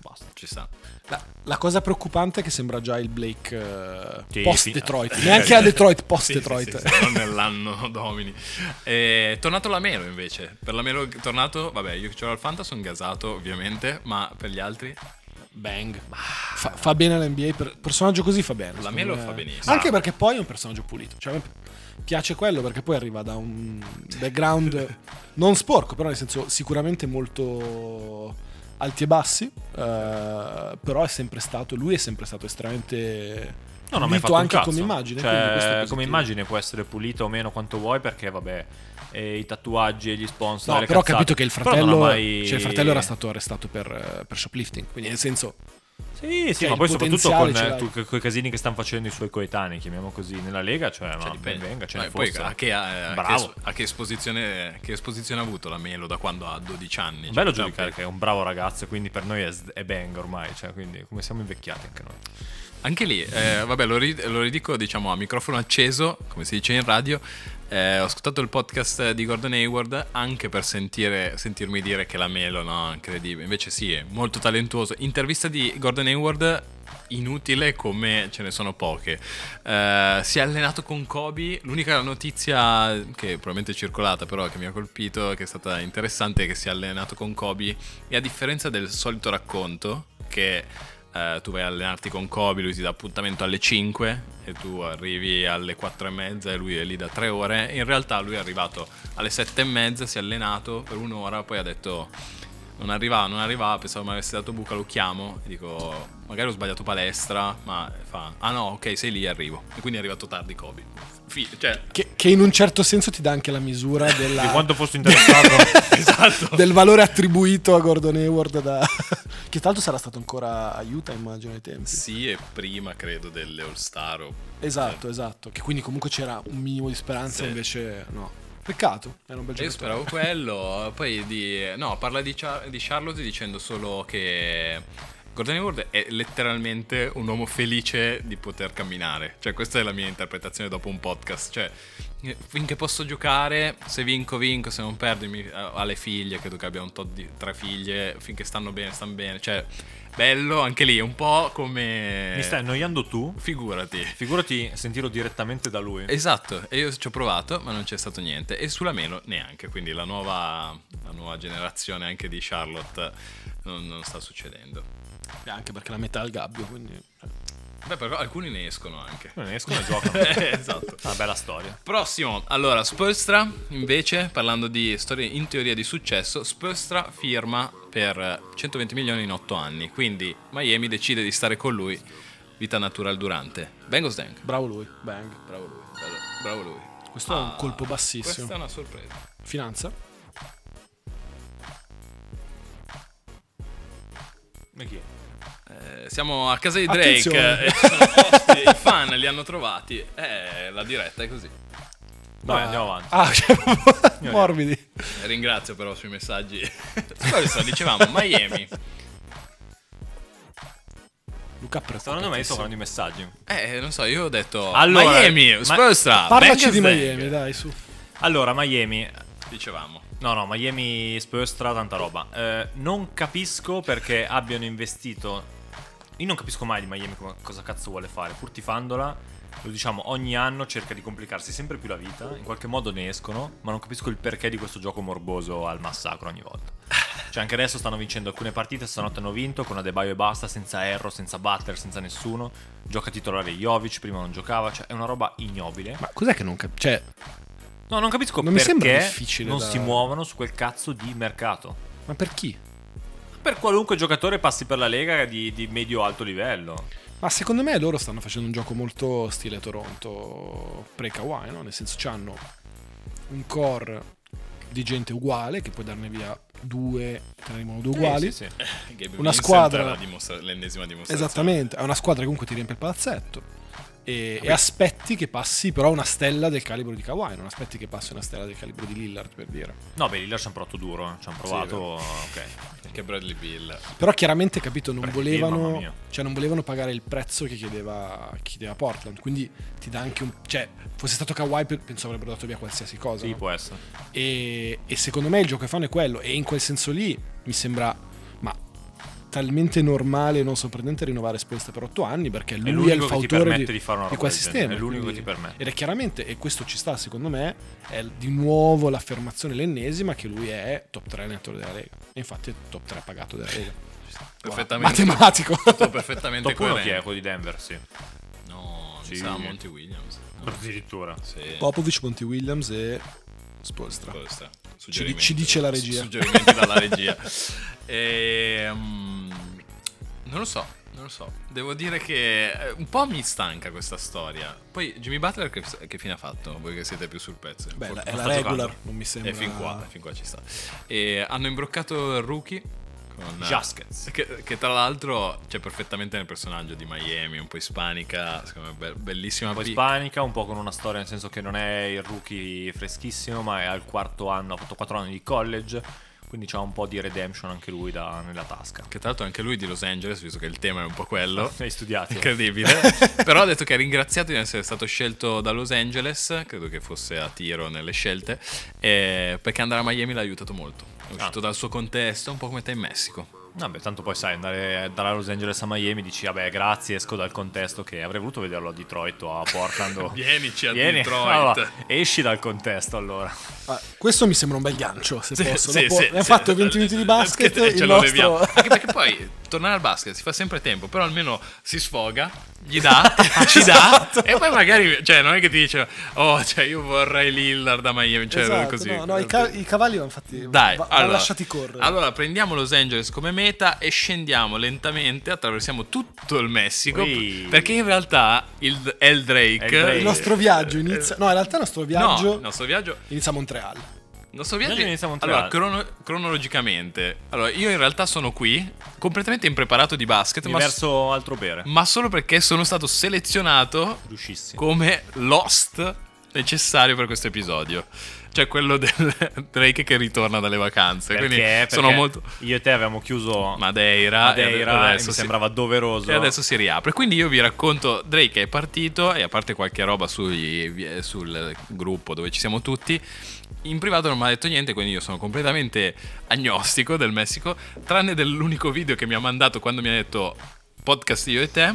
Speaker 3: Basta.
Speaker 1: Ci sta.
Speaker 2: La, la cosa preoccupante è che sembra già il Blake eh,
Speaker 3: Sì,
Speaker 2: post
Speaker 3: sì.
Speaker 2: Detroit. Neanche a Detroit, post
Speaker 1: Sì,
Speaker 2: Detroit.
Speaker 1: sì, sì, sì, non nell'anno domini. Eh, tornato la Melo invece. Per la Melo tornato, vabbè, io che c'ero al Fanta sono gasato ovviamente, ma per gli
Speaker 3: Eh,
Speaker 1: altri
Speaker 2: Bang. Fa, fa bene all'NBA. Per, personaggio così fa bene. secondo
Speaker 1: Melo
Speaker 2: me.
Speaker 1: fa benissimo.
Speaker 2: Anche perché poi è un personaggio pulito. Cioè, a me piace quello perché poi arriva da un background non sporco, però nel senso sicuramente molto alti e bassi. eh, però è sempre stato. Lui è sempre stato estremamente.
Speaker 3: Non ho
Speaker 2: pulito
Speaker 3: mai fatto un
Speaker 2: anche
Speaker 3: cazzo.
Speaker 2: come immagine.
Speaker 3: Cioè,
Speaker 2: quindi questo è positivo.
Speaker 3: come immagine può essere pulita o meno quanto vuoi perché vabbè eh, i tatuaggi e gli sponsor
Speaker 2: No,
Speaker 3: e le
Speaker 2: però ho
Speaker 3: cazzate.
Speaker 2: capito che il
Speaker 3: Però non
Speaker 2: fratello,
Speaker 3: ho mai-
Speaker 2: cioè, il fratello era stato arrestato per, eh, per shoplifting. Quindi, nel senso,
Speaker 3: Sì, sì,
Speaker 2: cioè,
Speaker 3: ma
Speaker 2: il
Speaker 3: poi soprattutto con
Speaker 2: potenziale ce
Speaker 3: tu- co- coi casini che stanno facendo i suoi coetanei, chiamiamo così, nella Lega, cioè, ma
Speaker 1: cioè,
Speaker 3: ben
Speaker 1: dipende.
Speaker 3: venga, ce
Speaker 1: Ma
Speaker 3: ne
Speaker 1: poi
Speaker 3: fosse.
Speaker 1: a che, eh, a, a che
Speaker 3: Bravo.
Speaker 1: es- a che esposizione, che esposizione ha avuto la Melo da quando ha 12 anni? Cioè,
Speaker 3: Bello
Speaker 1: già-
Speaker 3: giudicare che è un bravo ragazzo, quindi per noi è, s- è bang ormai, cioè, quindi come siamo invecchiati anche noi.
Speaker 1: Anche lì, eh, vabbè, lo, ri- lo ridico diciamo a microfono acceso, come si dice in radio. eh, ho ascoltato il podcast di Gordon Hayward anche per sentire- sentirmi dire che la Melo, no, incredibile. Invece sì, è molto talentuoso. Intervista di Gordon Hayward inutile come ce ne sono poche. Eh, si è allenato con Kobe. L'unica notizia che è probabilmente circolata, però che mi ha colpito, che è stata interessante, è che si è allenato con Kobe. E a differenza del solito racconto, che eh, tu vai a allenarti con Kobe, lui ti dà appuntamento alle 5 e tu arrivi alle 4 e mezza e lui è lì da 3 ore. In realtà lui è arrivato alle 7 e mezza, si è allenato per un'ora, poi ha detto non arrivava, non arrivava, pensavo mi avesse dato buca, lo chiamo e dico magari ho sbagliato palestra, ma fa ah no ok sei lì arrivo e quindi è arrivato tardi Kobe. Fi- cioè,
Speaker 2: che, che in un certo senso ti dà anche la misura della-
Speaker 3: Di quanto fossi interessato,
Speaker 1: esatto.
Speaker 2: del valore attribuito a Gordon Hayward. Da... che tra l'altro sarà stato ancora a Utah, immagino, ai tempi.
Speaker 1: Sì, e prima credo delle All Star. o-
Speaker 2: Esatto, esatto. Che quindi comunque c'era un minimo di speranza,
Speaker 1: Sì.
Speaker 2: invece no. Peccato, era un bel
Speaker 1: Io
Speaker 2: giocatore.
Speaker 1: speravo quello, poi di... No, parla di, Char- di Charlotte dicendo solo che Gordon Hayward è letteralmente un uomo felice di poter camminare. Cioè, questa è la mia interpretazione dopo un podcast. Cioè, eh, finché posso giocare, se vinco, vinco, se non perdo, mi- eh, alle figlie, credo che abbia un tot di tre figlie, finché stanno bene, stanno bene. Cioè, bello, anche lì, un po' come...
Speaker 3: mi stai annoiando tu?
Speaker 1: Figurati.
Speaker 3: Figurati sentirlo direttamente da lui.
Speaker 1: Esatto, e io ci ho provato, ma non c'è stato niente. E sulla Melo neanche, quindi la nuova, la nuova generazione anche di Charlotte non, non sta succedendo.
Speaker 2: Anche perché la metà è al gabbio, quindi... eh,
Speaker 1: Beh, però alcuni ne escono anche.
Speaker 3: Non escono e giocano.
Speaker 1: esatto.
Speaker 3: Una bella storia.
Speaker 1: Prossimo, allora Spolstra invece, parlando di storie in teoria di successo, Spolstra firma per 120 milioni in 8 anni, quindi Miami decide di stare con lui, vita natural durante. Bengals Dank.
Speaker 2: Bravo lui, bang.
Speaker 1: Bravo lui, bello, bravo lui.
Speaker 2: Questo Ah, è un colpo bassissimo.
Speaker 1: Ah, Questa è una sorpresa.
Speaker 2: Finanza?
Speaker 3: Ma chi è?
Speaker 1: Eh, Siamo a casa di Drake,
Speaker 2: Attenzione.
Speaker 1: eh, ci sono ospiti, i fan li hanno trovati. Eh, la diretta è così.
Speaker 3: Vai, andiamo avanti.
Speaker 2: Ah, cioè, morbidi.
Speaker 1: Eh, Ringrazio però sui messaggi. Scorso dicevamo Miami.
Speaker 2: Luca ha apprezzato
Speaker 3: Secondo me io
Speaker 2: tantissimo.
Speaker 3: sto parlando di messaggi.
Speaker 1: Eh, non so, io ho detto
Speaker 3: Allora,
Speaker 1: Miami,
Speaker 3: ma-
Speaker 1: sposta.
Speaker 2: Parlaci
Speaker 1: Bengals
Speaker 2: di
Speaker 1: Dang.
Speaker 2: Miami, dai, su.
Speaker 3: Allora, Miami.
Speaker 1: Dicevamo.
Speaker 3: No, no, Miami Spurs tra tanta roba. Eh, non capisco perché abbiano investito. Io non capisco mai di Miami co- cosa cazzo vuole fare. Pur tifandola, lo diciamo, ogni anno cerca di complicarsi sempre più la vita. In qualche modo ne escono, ma non capisco il perché di questo gioco morboso al massacro ogni volta. Cioè, anche adesso stanno vincendo alcune partite. Stanotte hanno vinto con Adebayo e basta, senza Erro, senza Butler, senza nessuno. Gioca titolare Jovic, prima non giocava. Cioè, è una roba ignobile.
Speaker 2: Ma cos'è che non capisco? Cioè,
Speaker 3: No, non capisco
Speaker 2: Non mi
Speaker 3: perché
Speaker 2: sembra difficile
Speaker 3: non
Speaker 2: da-
Speaker 3: si muovono su quel cazzo di mercato.
Speaker 2: ma per chi?
Speaker 3: Per qualunque giocatore passi per la Lega di, di medio-alto livello.
Speaker 2: Ma secondo me loro stanno facendo un gioco molto stile Toronto pre-Kawhi, no? Nel senso, hanno un core di gente uguale che puoi darne via due, te ne rimangono due uguali.
Speaker 3: Eh, Sì, sì, sì.
Speaker 1: Eh, Gabe
Speaker 2: Una
Speaker 1: Vincent
Speaker 2: squadra-
Speaker 1: è la dimostra- l'ennesima dimostrazione.
Speaker 2: Esattamente, è una squadra che comunque ti riempie il palazzetto. E,
Speaker 3: Ah,
Speaker 1: Vabbè.
Speaker 2: e aspetti che passi però una stella del calibro di Kawhi, non aspetti che passi una stella del calibro di Lillard per dire.
Speaker 3: No, beh, lì là ci hanno provato duro. eh. Ci hanno provato. ok.
Speaker 1: Che Bradley Bill.
Speaker 2: Però chiaramente, capito, non
Speaker 3: Bradley Beal, mamma mia.
Speaker 2: volevano, cioè, non volevano pagare il prezzo che chiedeva, che chiedeva Portland, quindi ti dà anche un... cioè, fosse stato Kawhi pe- penso avrebbero dato via qualsiasi cosa.
Speaker 3: Sì,
Speaker 2: no?
Speaker 3: può essere.
Speaker 2: E, e secondo me il gioco che fanno è quello. E in quel senso lì mi sembra ma talmente normale e non sorprendente rinnovare Spolstra per otto anni perché lui è, il
Speaker 3: l'unico che ti
Speaker 2: fautore
Speaker 3: permette
Speaker 2: di,
Speaker 3: di fare una
Speaker 2: di
Speaker 3: roba
Speaker 2: quel
Speaker 3: del
Speaker 2: sistema.
Speaker 3: genere, è l'unico
Speaker 2: quindi-
Speaker 3: che ti permette.
Speaker 2: Ed è chiaramente, e questo ci sta secondo me, è di nuovo l'affermazione, l'ennesima, che lui è top 3 allenatore della Lega. E infatti è top 3 pagato della Lega.
Speaker 1: Perfettamente.
Speaker 2: Matematico.
Speaker 1: Tutto perfettamente
Speaker 3: Top 1 chi è?
Speaker 1: coerente.
Speaker 3: Quello di Denver, sì.
Speaker 1: No, mi
Speaker 3: Sì.
Speaker 1: sa Monty Williams. No,
Speaker 3: Addirittura.
Speaker 1: sì.
Speaker 2: Popovic, Monty Williams e Spolstra.
Speaker 1: Questa.
Speaker 2: di- ci dice la regia.
Speaker 1: Suggerimenti dalla regia. Ehm, non lo so, non lo so. Devo dire che eh, un po' mi stanca questa storia. Poi Jimmy Butler che, che fine ha fatto? Voi che siete più sul pezzo.
Speaker 2: Beh,
Speaker 1: Forse-
Speaker 2: è
Speaker 3: non
Speaker 2: la
Speaker 3: sta
Speaker 2: regular,
Speaker 3: giocando.
Speaker 2: non mi sembra.
Speaker 1: E fin qua, fin qua ci sta. E hanno imbroccato il rookie con eh,
Speaker 3: Jaskets.
Speaker 1: Che, che tra l'altro c'è perfettamente nel personaggio di Miami, un po' ispanica, secondo me be- bellissima
Speaker 3: Un po'
Speaker 1: pi-
Speaker 3: ispanica, un po' con una storia, nel senso che non è il rookie freschissimo, ma è al quarto anno, ha fatto quattro anni di college, quindi c'ha un po' di redemption anche lui da- nella tasca.
Speaker 1: Che tra l'altro anche lui di Los Angeles, visto che il tema è un po' quello.
Speaker 3: Hai studiato.
Speaker 1: Incredibile. Però ha detto che è ringraziato di essere stato scelto da Los Angeles, credo che fosse a tiro nelle scelte, eh, perché andare a Miami l'ha aiutato molto. È uscito dal suo contesto, un po' come te in Messico.
Speaker 3: Vabbè, tanto poi sai, andare dalla Los Angeles a Miami dici, vabbè, grazie, esco dal contesto che avrei voluto vederlo a Detroit o a Portland. o-
Speaker 1: Vienici a
Speaker 3: Vieni,
Speaker 1: Detroit.
Speaker 3: allora, esci dal contesto allora.
Speaker 2: Ah, questo mi sembra un bel gancio, se
Speaker 1: Sì,
Speaker 2: posso.
Speaker 1: sì,
Speaker 2: Dopo-
Speaker 1: sì,
Speaker 2: abbiamo
Speaker 1: sì.
Speaker 2: fatto 20 minuti di basket
Speaker 1: e ce
Speaker 2: il
Speaker 1: lo
Speaker 2: nostro-
Speaker 1: leviamo. Anche perché poi tornare al basket si fa sempre tempo, però almeno si sfoga, gli dà, ci dà, e poi magari, cioè, non è che ti dice, oh, cioè, io vorrei Lillard da Miami, cioè,
Speaker 2: Esatto,
Speaker 1: così.
Speaker 2: no, no, i, ca- i cavalli vanno fatti
Speaker 1: Dai,
Speaker 2: va- vanno
Speaker 1: allora,
Speaker 2: lasciati correre.
Speaker 1: Allora prendiamo Los Angeles come meta e scendiamo lentamente, attraversiamo tutto il Messico.
Speaker 3: Ui.
Speaker 1: Perché in realtà il El Drake,
Speaker 3: El Drake.
Speaker 2: il nostro viaggio
Speaker 3: eh,
Speaker 2: inizia. No, in realtà il nostro viaggio
Speaker 1: No, il nostro viaggio.
Speaker 2: inizia a Montreal.
Speaker 1: Il nostro viaggio
Speaker 3: Viaggio inizia a Montreal.
Speaker 1: allora, crono- cronologicamente. Allora, io in realtà sono qui, completamente impreparato di basket,
Speaker 3: Mi
Speaker 1: ma,
Speaker 3: verso altro bere.
Speaker 1: ma solo perché sono stato selezionato
Speaker 3: Riuscissi.
Speaker 1: come l'host necessario per questo episodio. Cioè quello del Drake che ritorna dalle vacanze.
Speaker 3: Perché,
Speaker 1: Quindi
Speaker 3: perché
Speaker 1: sono molto.
Speaker 3: Io e te avevamo chiuso
Speaker 1: Madeira,
Speaker 3: Madeira,
Speaker 1: e
Speaker 3: e
Speaker 1: adesso
Speaker 3: mi
Speaker 1: si-
Speaker 3: sembrava doveroso.
Speaker 1: E adesso si riapre. Quindi io vi racconto: Drake è partito, e a parte qualche roba sui- vi- sul gruppo dove ci siamo tutti. In privato non mi ha detto niente, quindi io sono completamente agnostico del Messico, tranne dell'unico video che mi ha mandato quando mi ha detto podcast io e te.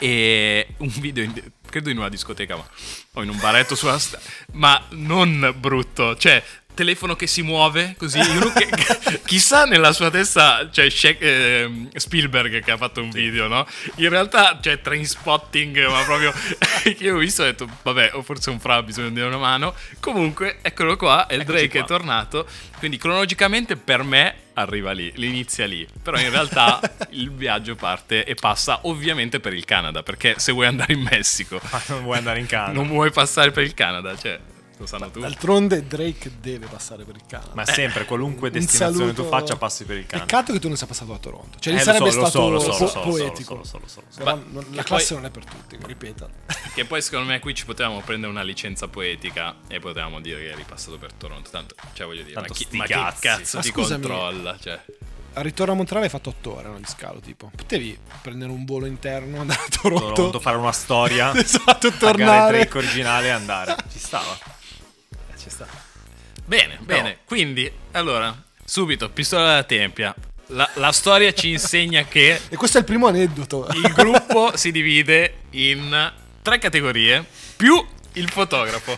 Speaker 1: E un video, in- credo in una discoteca, ma o in un baretto sulla strada, ma non brutto, cioè telefono che si muove così. uno che- chissà nella sua testa, cioè Shaq- ehm, Spielberg che ha fatto un video, no? In realtà, cioè, train spotting, ma proprio che io ho visto e ho detto, vabbè, o forse un fra, bisogna dare una mano. Comunque, eccolo qua, è il
Speaker 3: Eccoci
Speaker 1: Drake
Speaker 3: qua.
Speaker 1: è tornato, quindi cronologicamente per me arriva lì, l'inizia lì, però in realtà il viaggio parte e passa ovviamente per il Canada, perché se vuoi andare in Messico
Speaker 3: Ma non vuoi andare in Canada.
Speaker 1: non vuoi passare per il Canada, cioè, lo sanno tutti.
Speaker 2: D'altronde Drake deve passare per il Canada.
Speaker 3: Ma sempre, qualunque
Speaker 2: Un
Speaker 3: destinazione tu
Speaker 2: saluto-
Speaker 3: faccia, passi per il Canada.
Speaker 2: Peccato che tu non sia passato a Toronto. Cioè,
Speaker 3: Eh,
Speaker 2: lì
Speaker 3: lo
Speaker 2: sarebbe
Speaker 3: so, lo
Speaker 2: stato
Speaker 3: so, lo so,
Speaker 2: po-
Speaker 3: lo so, lo so,
Speaker 2: poetico.
Speaker 3: lo so, lo so, lo so.
Speaker 2: Però
Speaker 1: Ma-
Speaker 2: non-
Speaker 1: che
Speaker 2: la
Speaker 1: poi-
Speaker 2: classe non è per tutti, ripeta.
Speaker 1: Che poi secondo me qui ci potevamo prendere una licenza poetica e potevamo dire che è ripassato per Toronto. Tanto, cioè voglio dire,
Speaker 3: Tanto
Speaker 1: ma, chi,
Speaker 3: sti
Speaker 1: ma che
Speaker 3: cazzi.
Speaker 1: cazzo
Speaker 2: Ma
Speaker 1: ti
Speaker 2: scusami.
Speaker 1: controlla? Cioè,
Speaker 2: Al ritorno a Montreal hai fatto 8 ore no, di scalo, tipo. Potevi prendere un volo interno, andare a Toronto.
Speaker 3: Toronto fare una storia,
Speaker 2: esatto,
Speaker 3: pagare il
Speaker 2: tornare.
Speaker 3: Drake originale e andare. Ci stava.
Speaker 2: Ci sta.
Speaker 1: bene, bene. Quindi, allora, subito, pistola alla tempia. La, la storia ci insegna che
Speaker 2: E questo è il primo aneddoto.
Speaker 1: il gruppo si divide in tre categorie più il fotografo.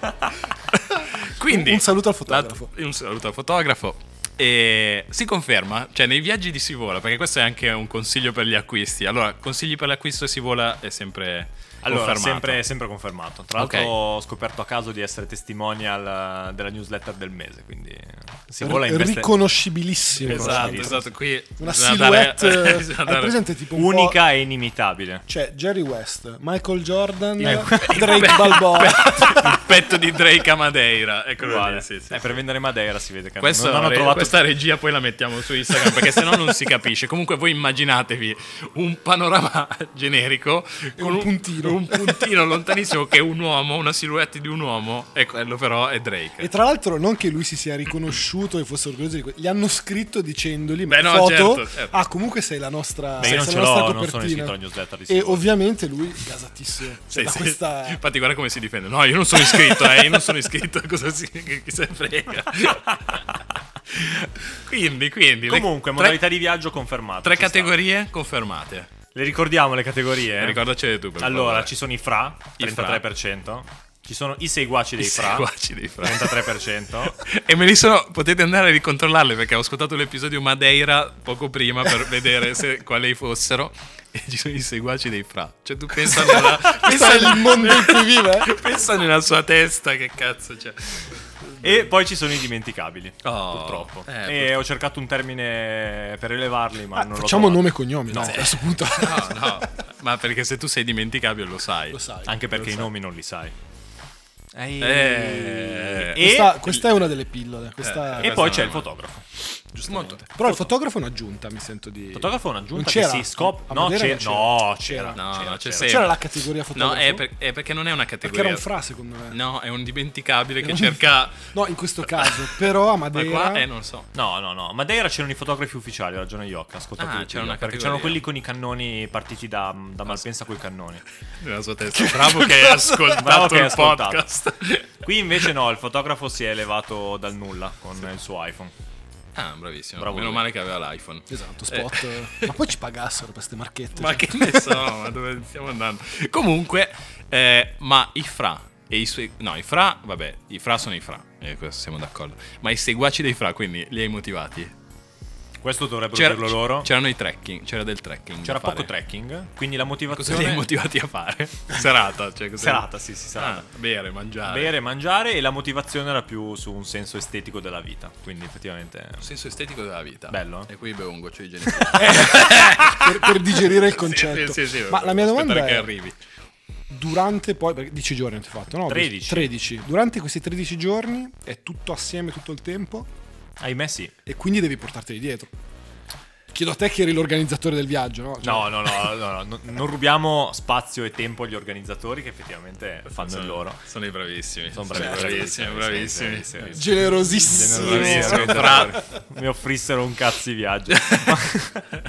Speaker 1: Quindi,
Speaker 2: Un- un saluto al
Speaker 1: la-
Speaker 2: fotografo.
Speaker 1: un saluto al fotografo. E si conferma, cioè nei viaggi di Sivola, perché questo è anche un consiglio per gli acquisti. Allora, consigli per l'acquisto e Sivola è sempre
Speaker 3: Allora,
Speaker 1: Confermato.
Speaker 3: sempre, sempre confermato. Tra l'altro, ho scoperto a caso di essere testimonial eh, della newsletter del mese. Quindi eh, si vuole
Speaker 2: R-
Speaker 3: investire.
Speaker 2: riconoscibilissimo. Cioè,
Speaker 1: Esatto,
Speaker 3: Sì.
Speaker 1: esatto, qui
Speaker 2: Una
Speaker 1: bisogna dare-
Speaker 2: silhouette eh,
Speaker 1: bisogna
Speaker 2: hai
Speaker 1: dare-
Speaker 2: presente tipo un po'-
Speaker 3: Unica e inimitabile.
Speaker 2: Cioè, Jerry West, Michael Jordan,
Speaker 1: Eh,
Speaker 2: Drake Balboa.
Speaker 1: il petto di Drake ecco, a Madeira, eccolo
Speaker 3: Uguale.
Speaker 1: lì, sì, sì,
Speaker 3: Eh,
Speaker 1: sì.
Speaker 3: Per vendere Madeira si vede che
Speaker 1: Questa,
Speaker 3: non hanno
Speaker 1: re-
Speaker 3: trovato
Speaker 1: questa regia poi la mettiamo su Instagram perché sennò non si capisce. Comunque voi immaginatevi un panorama generico con
Speaker 2: un puntino.
Speaker 1: un puntino lontanissimo che è un uomo, una silhouette di un uomo e quello però è Drake.
Speaker 2: E tra l'altro non che lui si sia riconosciuto e fosse orgoglioso di questo, gli hanno scritto dicendogli ma
Speaker 1: Beh, no,
Speaker 2: foto,
Speaker 1: certo, certo.
Speaker 2: ah comunque sei la nostra,
Speaker 3: Beh, io non
Speaker 2: sei
Speaker 3: ce
Speaker 2: la nostra
Speaker 3: l'ho, non sono
Speaker 2: copertina.
Speaker 3: iscritto alla newsletter di
Speaker 2: e
Speaker 3: sicuro.
Speaker 2: ovviamente lui gasatissimo, cioè,
Speaker 1: Sì,
Speaker 2: da
Speaker 1: sì.
Speaker 2: questa
Speaker 1: Infatti guarda come si difende. No, io non sono iscritto, eh, io non sono iscritto, cosa si, chi se ne frega. quindi, quindi le-
Speaker 3: Comunque,
Speaker 1: tre-
Speaker 3: modalità di viaggio confermata.
Speaker 1: tre
Speaker 3: ci sta.
Speaker 1: categorie confermate.
Speaker 3: Le ricordiamo le categorie. eh?
Speaker 1: Ricordacele tu per
Speaker 3: allora,
Speaker 1: favore.
Speaker 3: ci sono i fra,
Speaker 1: I
Speaker 3: 33%. Ci sono i seguaci dei
Speaker 1: I
Speaker 3: fra,
Speaker 1: seguaci dei fra.
Speaker 3: 33%.
Speaker 1: E me li sono. Potete andare a ricontrollarle perché ho ascoltato l'episodio Madeira poco prima per vedere se, quali fossero. E ci sono i seguaci dei Fra. Cioè, tu pensa nella, pensa,
Speaker 2: Questo è il mondo in cui vive. eh?
Speaker 1: pensa nella sua testa, che cazzo cioè. c'è.
Speaker 3: e poi ci sono i dimenticabili,
Speaker 1: Oh,
Speaker 3: purtroppo.
Speaker 1: eh,
Speaker 3: e
Speaker 1: purtroppo.
Speaker 3: ho cercato un termine per elevarli, ma
Speaker 2: Ah,
Speaker 3: non
Speaker 2: facciamo
Speaker 3: l'ho trovato.
Speaker 2: nome e cognome no, a questo punto.
Speaker 1: No, no, ma perché se tu sei dimenticabile lo sai.
Speaker 2: Lo sai.
Speaker 3: Anche perché i nomi non li sai.
Speaker 1: Eh,
Speaker 3: E-
Speaker 2: Questa, questa è una delle pillole. questa-
Speaker 1: Eh,
Speaker 3: E
Speaker 1: questo
Speaker 3: poi
Speaker 1: non
Speaker 3: c'è
Speaker 1: è
Speaker 3: il
Speaker 1: male.
Speaker 3: fotografo.
Speaker 1: Giustamente.
Speaker 2: Però il fotografo è un'aggiunta, mi sento di...
Speaker 3: Il fotografo è un'aggiunta
Speaker 2: Non
Speaker 3: che
Speaker 2: c'era?
Speaker 3: si scopre.
Speaker 2: A
Speaker 3: No,
Speaker 2: Madeira
Speaker 3: c'era.
Speaker 2: non c'era.
Speaker 3: No, c'era.
Speaker 2: C'era.
Speaker 1: No, no, c'è
Speaker 3: c'era.
Speaker 1: sempre.
Speaker 2: C'era la categoria fotografo?
Speaker 1: No, è, per- è perché non è una categoria.
Speaker 2: Perché era un fra, secondo me.
Speaker 1: No, è un dimenticabile che cerca.
Speaker 2: No, in questo caso, però a
Speaker 1: Ma
Speaker 2: Madeira...
Speaker 1: qua, eh, non so.
Speaker 3: No, no, no. Madeira c'erano i fotografi ufficiali, ha ragione Yocca. Ascolta
Speaker 1: Ah,
Speaker 3: tutti,
Speaker 1: c'era una
Speaker 3: Yocca, perché
Speaker 1: categoria. Ah,
Speaker 3: c'erano quelli con i cannoni partiti da, da Malpensa coi cannoni.
Speaker 1: Nella sua testa. Bravo che hai ascoltato
Speaker 3: Bravo che hai
Speaker 1: il
Speaker 3: ascoltato.
Speaker 1: podcast.
Speaker 3: Qui invece no, il fotografo si è elevato dal nulla con il suo iPhone.
Speaker 1: Ah, bravissimo.
Speaker 3: Bravo
Speaker 1: Meno
Speaker 3: lui.
Speaker 1: male che aveva l'iPhone.
Speaker 2: Esatto, spot. Ma poi ci pagassero per queste marchette.
Speaker 1: Eh. Ma
Speaker 2: cioè.
Speaker 1: che ne so, ma dove stiamo andando? Comunque, eh, ma i fra e i suoi... No, i fra, vabbè, i fra sono i fra, eh, questo siamo d'accordo. Ma i seguaci dei fra, quindi, li hai motivati?
Speaker 3: Questo dovrebbero
Speaker 1: C'era-
Speaker 3: dirlo loro. C'era,
Speaker 1: C'erano i trekking, c'era del trekking. da fare.
Speaker 3: poco trekking, quindi la
Speaker 1: Cosa li hai
Speaker 3: motivazione...
Speaker 1: motivati a fare? Serata, cioè cosa-
Speaker 3: Serata, sì, sì,
Speaker 1: Ah,
Speaker 3: serata.
Speaker 1: eh. bere, mangiare.
Speaker 3: Bere, mangiare e la motivazione era più su un senso estetico della vita. Quindi effettivamente...
Speaker 1: Senso estetico della vita.
Speaker 3: Bello, eh?
Speaker 1: E qui bevo un goccio di genitore.
Speaker 2: per, per digerire il concetto.
Speaker 1: Sì, sì, sì,
Speaker 2: Ma la mia domanda
Speaker 1: aspettare
Speaker 2: è:
Speaker 1: che arrivi.
Speaker 2: durante poi, perché 10 giorni avete fatto, no?
Speaker 3: 13.
Speaker 2: 13. Durante questi 13 giorni è tutto assieme tutto il tempo
Speaker 3: Ahimè sì.
Speaker 2: e quindi devi portarteli dietro. Chiedo a te che eri l'organizzatore del viaggio, no? Cioè,
Speaker 3: No, no, no, no, no, no, non rubiamo spazio e tempo agli organizzatori che effettivamente fanno il loro.
Speaker 1: Sono i bravissimi.
Speaker 3: Sono bravi,
Speaker 1: bravissimi, bravissimi.
Speaker 3: bravissimi.
Speaker 2: Generosissimo.
Speaker 1: Generosissimo.
Speaker 3: Bravissimo,
Speaker 1: Fra-
Speaker 3: mi offrissero un cazzo di viaggio.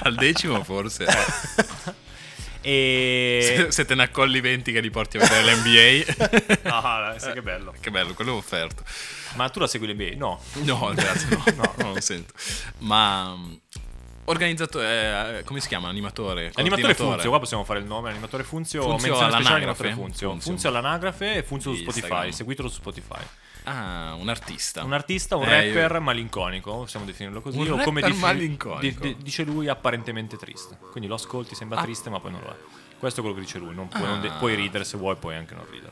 Speaker 1: Al decimo forse.
Speaker 3: Eh, e...
Speaker 1: Se, se te ne accolli 20 che li porti a vedere l'NBA.
Speaker 3: Ah, sai che bello.
Speaker 1: che bello, quello è offerto.
Speaker 3: Ma tu la segui l'NBA? No.
Speaker 1: No, grazie, no, no, non lo sento. Ma mm, organizzatore, eh, come si chiama? Animatore.
Speaker 3: Animatore
Speaker 1: coordinatore.
Speaker 3: Funzio, qua possiamo fare il nome, animatore Funzio,
Speaker 1: Funzio
Speaker 3: menzione speciale
Speaker 1: all'anagrafe.
Speaker 3: animatore Funzio. Funzio.
Speaker 1: Funzio.
Speaker 3: all'anagrafe e Funzio su
Speaker 1: Instagram.
Speaker 3: Spotify, seguitelo su Spotify.
Speaker 1: Ah, un artista.
Speaker 3: Un artista, un
Speaker 1: Eh,
Speaker 3: rapper malinconico, possiamo definirlo così,
Speaker 1: Un
Speaker 3: o come
Speaker 1: rapper
Speaker 3: difi-
Speaker 1: malinconico.
Speaker 3: di- di- dice lui apparentemente triste. Quindi lo ascolti, sembra triste, ma poi non lo è. Questo è quello che dice lui, non puoi, non de-
Speaker 1: Ah.
Speaker 3: puoi ridere se vuoi, puoi anche non ridere.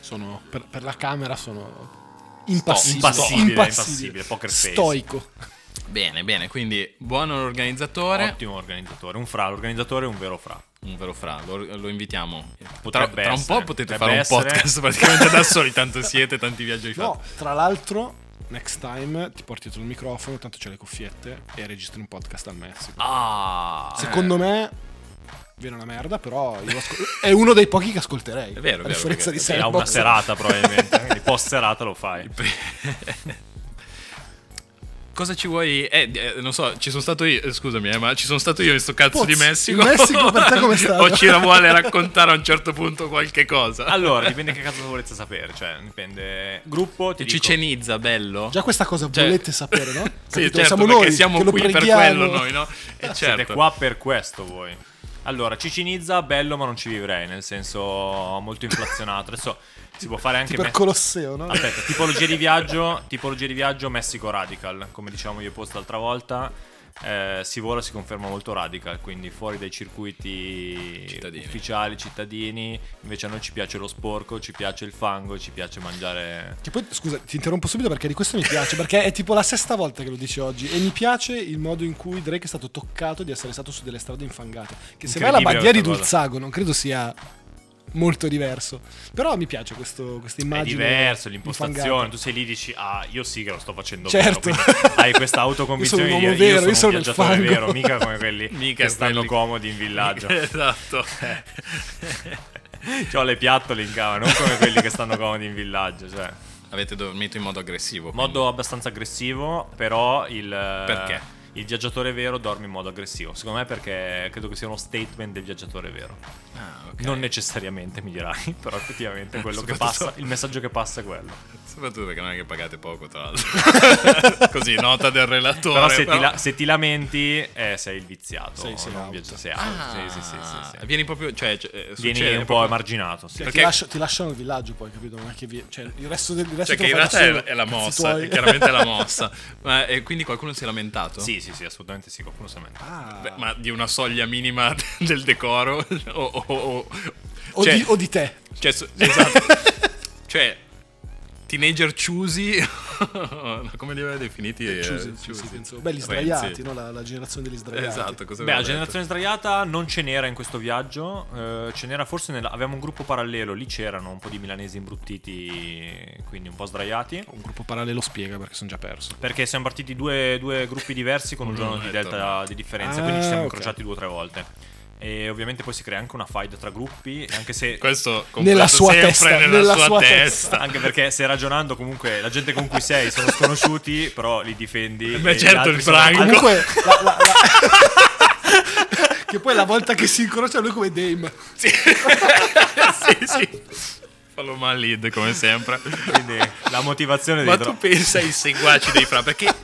Speaker 2: Sono, per, per la camera sono impassibile.
Speaker 3: impassibile, impassibile, poker face.
Speaker 2: Stoico.
Speaker 1: Esatto. Bene, bene, quindi buon organizzatore.
Speaker 3: Ottimo organizzatore, un fra, l'organizzatore è un vero fra.
Speaker 1: Un vero fra, lo, lo invitiamo. Tra-
Speaker 3: Potrebbe
Speaker 1: tra, un
Speaker 3: essere,
Speaker 1: po' potete
Speaker 3: potrebbe
Speaker 1: fare un
Speaker 3: essere.
Speaker 1: podcast praticamente da soli, tanto siete, tanti viaggi hai
Speaker 2: No,
Speaker 1: fatto.
Speaker 2: tra l'altro, next time ti porti dietro il microfono, tanto c'è le cuffiette e registri un podcast al Messico.
Speaker 1: Ah,
Speaker 2: Secondo me viene una merda, però io lo ascol- è uno dei pochi che ascolterei.
Speaker 1: È vero, è vero,
Speaker 2: a differenza di
Speaker 1: perché-
Speaker 3: È
Speaker 2: Sandbox.
Speaker 3: una serata probabilmente, eh, quindi post serata lo fai.
Speaker 1: Cosa ci vuoi? Eh, d- eh, non so, ci sono stato io. eh, Scusami, eh, ma ci sono stato io in sto cazzo
Speaker 2: Pozzi,
Speaker 1: di Messico.
Speaker 2: il Messico per te com'è stato?
Speaker 1: o ci vuole raccontare a un certo punto qualche cosa.
Speaker 3: Allora, dipende che cazzo volete sapere, cioè, dipende gruppo, ti dico.
Speaker 1: Cicenizza, bello.
Speaker 2: Già questa cosa
Speaker 1: Cioè-
Speaker 2: volete sapere, no?
Speaker 1: sì,
Speaker 2: Capito?
Speaker 1: certo,
Speaker 2: siamo
Speaker 1: perché
Speaker 2: noi
Speaker 1: siamo
Speaker 2: che lo
Speaker 1: qui
Speaker 2: preghiamo.
Speaker 1: per quello noi, no? E certo.
Speaker 3: Siete qua per questo voi. Allora, Cicinizza, bello, ma non ci vivrei, nel senso molto inflazionato. Adesso si può fare anche
Speaker 2: Per
Speaker 3: me-
Speaker 2: Colosseo, no?
Speaker 3: Aspetta, tipologia di viaggio, tipologia di viaggio Messico Radical, come diciamo io post l'altra volta. eh, Sivora si conferma molto radical, quindi fuori dai circuiti
Speaker 1: Cittadini.
Speaker 3: ufficiali, cittadini, invece a noi ci piace lo sporco, ci piace il fango, ci piace mangiare...
Speaker 2: Che poi, scusa, ti interrompo subito perché di questo mi piace, perché è tipo la sesta volta che lo dici oggi e mi piace il modo in cui Drake è stato toccato di essere stato su delle strade infangate. Che se vai alla bandiera
Speaker 3: Incredibile
Speaker 2: di
Speaker 3: questa cosa.
Speaker 2: Dulzago non credo sia molto diverso, però mi piace questo- questa
Speaker 3: È
Speaker 2: immagine.
Speaker 3: diverso l'impostazione,
Speaker 2: infangata. Cioè,
Speaker 3: tu sei lì e dici ah io sì che lo sto facendo
Speaker 2: Certo.
Speaker 3: vero, quindi hai questa autoconvinzione
Speaker 2: Io sono un
Speaker 3: di
Speaker 2: uomo
Speaker 3: dire,
Speaker 2: vero,
Speaker 3: io
Speaker 2: io sono
Speaker 3: sono un
Speaker 2: nel
Speaker 3: viaggiatore
Speaker 2: fango."
Speaker 3: vero, mica come quelli
Speaker 1: Mica
Speaker 3: che stanno
Speaker 1: quelli-
Speaker 3: comodi in villaggio. Eh.
Speaker 1: esatto.
Speaker 3: Cioè, ho le piattole in cava, non come quelli che stanno comodi in villaggio. Cioè.
Speaker 1: Avete dormito in modo aggressivo. quindi.
Speaker 3: Modo abbastanza aggressivo, però il. eh,
Speaker 1: Perché?
Speaker 3: Il viaggiatore vero dorme in modo aggressivo. Secondo me perché credo che sia uno statement del viaggiatore vero.
Speaker 1: Ah, ok.
Speaker 3: Non necessariamente, mi dirai, però effettivamente quello che
Speaker 1: Soprattutto-
Speaker 3: passa, il messaggio che passa è quello.
Speaker 1: Soprattutto perché non è che pagate poco, tra l'altro. Così, nota del relatore.
Speaker 3: Però se, Ti,
Speaker 1: però-
Speaker 3: la- se ti lamenti, eh, sei il viziato.
Speaker 2: Sei- sei
Speaker 3: non
Speaker 2: out.
Speaker 3: viaggi- sei out.
Speaker 1: Ah,
Speaker 3: sì, sì, sì, sì, sì.
Speaker 1: Vieni proprio, cioè, cioè,
Speaker 3: Vieni
Speaker 1: succede
Speaker 3: un po'
Speaker 1: proprio-
Speaker 3: emarginato, sì.
Speaker 2: Ti
Speaker 1: Perché-
Speaker 2: lascio- ti lasciano il villaggio poi, capito? Non è che vi- cioè, il resto del il resto
Speaker 1: Cioè,
Speaker 2: te
Speaker 1: che in
Speaker 2: lo fai da
Speaker 1: realtà è,
Speaker 2: solo,
Speaker 1: è la
Speaker 2: cazzi
Speaker 1: mossa,
Speaker 2: tuoi.
Speaker 1: è chiaramente la mossa. Ma, e quindi qualcuno si è lamentato?
Speaker 3: Sì, sì, sì, assolutamente sì, qualcuno si lamenta.
Speaker 2: Ah.
Speaker 1: Beh, ma di una soglia minima del decoro? O, o- o-
Speaker 2: o,
Speaker 1: cioè-
Speaker 2: di, o di te.
Speaker 1: cioè, su- esatto. cioè, teenager ciusi. come li aveva definiti? Eh,
Speaker 2: Ciusi, sì, sì, penso. Beh, gli
Speaker 1: Renzi.
Speaker 2: sdraiati, no? la, la generazione degli sdraiati.
Speaker 1: Esatto, cosa aveva
Speaker 3: Beh, la
Speaker 1: detto?
Speaker 3: generazione sdraiata non ce n'era in questo viaggio, eh, ce n'era forse nella... avevamo un gruppo parallelo, lì c'erano un po' di milanesi imbruttiti, quindi un po' sdraiati,
Speaker 2: Un gruppo parallelo spiega perché sono già perso.
Speaker 3: perché siamo partiti due, due gruppi diversi con un
Speaker 1: Ognuno
Speaker 3: giorno di
Speaker 1: è
Speaker 3: delta
Speaker 1: tornato.
Speaker 3: di differenza,
Speaker 2: Ah,
Speaker 3: quindi ci siamo
Speaker 2: ok.
Speaker 3: incrociati due o tre volte. E ovviamente poi si crea anche una fight tra gruppi, anche se...
Speaker 1: Questo
Speaker 2: Nella
Speaker 1: nella
Speaker 2: sua
Speaker 1: sua sempre
Speaker 2: testa,
Speaker 1: nella, sua, testa.
Speaker 3: Anche perché stai ragionando comunque la gente con cui sei sono sconosciuti, però li difendi.
Speaker 1: Beh,
Speaker 3: e gli
Speaker 1: certo,
Speaker 3: altri
Speaker 1: il
Speaker 3: sono-
Speaker 1: branco.
Speaker 3: Ah,
Speaker 2: Comunque, la- la- la- che poi la volta che si incrocia lui come Dame.
Speaker 1: sì, sì. Fallo mal lead come sempre.
Speaker 3: Quindi la motivazione
Speaker 1: Ma
Speaker 3: dentro.
Speaker 1: tu pensa ai seguaci dei Fra perché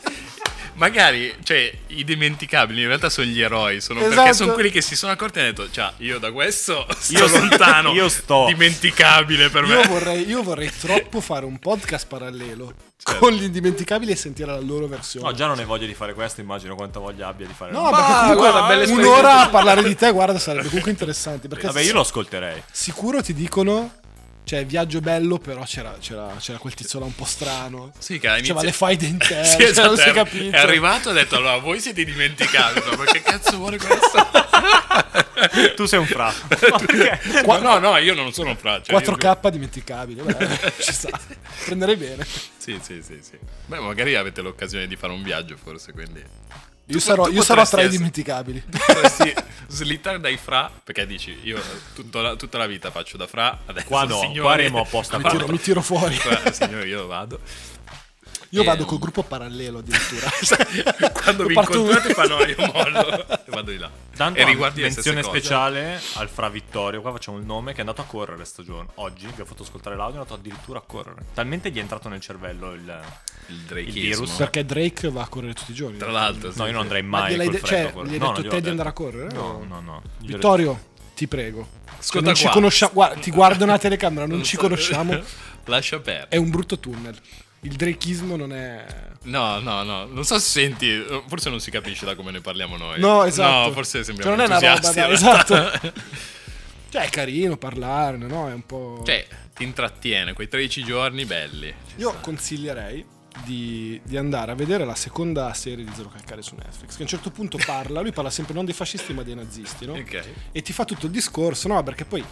Speaker 1: magari cioè, i dimenticabili in realtà sono gli eroi, sono, perché
Speaker 2: Esatto.
Speaker 1: sono quelli che si sono accorti e hanno detto "Cioè, io da questo sto
Speaker 3: Io-
Speaker 1: lontano,
Speaker 3: io sto."
Speaker 1: dimenticabile per me".
Speaker 2: Io vorrei, io vorrei troppo fare un podcast parallelo con gli indimenticabili e sentire la loro versione.
Speaker 3: No, già non hai voglia di fare questo, immagino quanta voglia abbia di fare.
Speaker 2: No,
Speaker 3: la-
Speaker 2: perché comunque
Speaker 1: guarda, bella esperienza.
Speaker 2: un'ora a parlare di te, guarda, sarebbe comunque interessante. Perché
Speaker 3: Vabbè, io lo ascolterei.
Speaker 2: sicuro ti dicono. Cioè, viaggio bello, però c'era, c'era, c'era quel tizio là un po' strano.
Speaker 1: Sì, cara, inizia-
Speaker 2: C'era Cioè, le faide interne,
Speaker 1: Sì, esatto,
Speaker 2: cioè, non si
Speaker 1: è-
Speaker 2: è capito.
Speaker 1: È arrivato e ha detto "Allora, voi siete dimenticabili, ma che cazzo vuole questo?"
Speaker 3: Tu sei un fra. Ma perché?
Speaker 1: No, no, no, io non sono fra, cioè, io-
Speaker 2: 4K dimenticabile, beh, ci sta. Prenderei bene.
Speaker 1: Sì, sì, sì, sì. Beh, magari avete l'occasione di fare un viaggio forse, quindi
Speaker 2: Io sarò,
Speaker 1: tu
Speaker 2: io
Speaker 1: potresti
Speaker 2: sarò tra i
Speaker 1: essere-
Speaker 2: dimenticabili.
Speaker 1: potresti slittare dai fra perché dici io tutta la, tutta la vita faccio da fra adesso
Speaker 3: Qua no,
Speaker 1: signori,
Speaker 3: qua remo apposta
Speaker 2: Mi
Speaker 3: per-
Speaker 2: tiro, mi tiro fuori.
Speaker 1: qua, signore io vado
Speaker 2: Io vado
Speaker 1: Ehm.
Speaker 2: col gruppo parallelo addirittura.
Speaker 1: quando vi
Speaker 2: Parto-
Speaker 1: incontrate fa no io mollo e vado di là
Speaker 3: Tanto
Speaker 1: e
Speaker 3: ah,
Speaker 1: riguardi le stesse
Speaker 3: menzione
Speaker 1: cose.
Speaker 3: speciale al Fra Vittorio. Qua facciamo il nome che è andato a correre stagione. Oggi vi ho fatto ascoltare l'audio, è andato addirittura a correre. Talmente gli è entrato nel cervello il.
Speaker 1: il
Speaker 3: Il virus.
Speaker 1: drakeismo
Speaker 2: Perché Drake va a correre tutti i giorni.
Speaker 1: tra l'altro sì,
Speaker 3: No, io non
Speaker 1: sì.
Speaker 3: andrei
Speaker 2: Ma
Speaker 3: mai
Speaker 2: gliel'hai
Speaker 3: col
Speaker 2: de-
Speaker 3: freddo a
Speaker 2: cioè,
Speaker 3: correre.
Speaker 2: gli hai
Speaker 3: No, non
Speaker 2: detto
Speaker 3: gliel'ho
Speaker 2: te di
Speaker 3: detto.
Speaker 2: andare a correre?
Speaker 3: No,
Speaker 2: O-
Speaker 3: no, no. Gliel'ho
Speaker 2: Vittorio, ti prego. Se
Speaker 1: Ascolta
Speaker 2: non ci
Speaker 1: qua.
Speaker 2: conosciamo. Guarda, ti guardo una telecamera, non ci
Speaker 1: so-
Speaker 2: conosciamo.
Speaker 1: lascia perdere
Speaker 2: È un brutto tunnel. Il drakeismo non è.
Speaker 1: No, no, no, non so se senti, forse non si capisce da come ne parliamo noi.
Speaker 2: No, esatto.
Speaker 1: No, forse
Speaker 2: Cioè,
Speaker 1: sembriamo
Speaker 2: non è una roba, esatto.
Speaker 1: entusiasti, in
Speaker 2: dai,
Speaker 1: realtà.
Speaker 2: Cioè, è carino parlarne, no? È un po'.
Speaker 1: Cioè, ti intrattiene quei 13 giorni belli.
Speaker 2: Io consiglierei di, di andare a vedere la seconda serie di Zero Calcare su Netflix. Che a un certo punto parla, lui parla sempre non dei fascisti ma dei nazisti, no?
Speaker 1: Ok.
Speaker 2: E ti fa tutto il discorso, no? Perché poi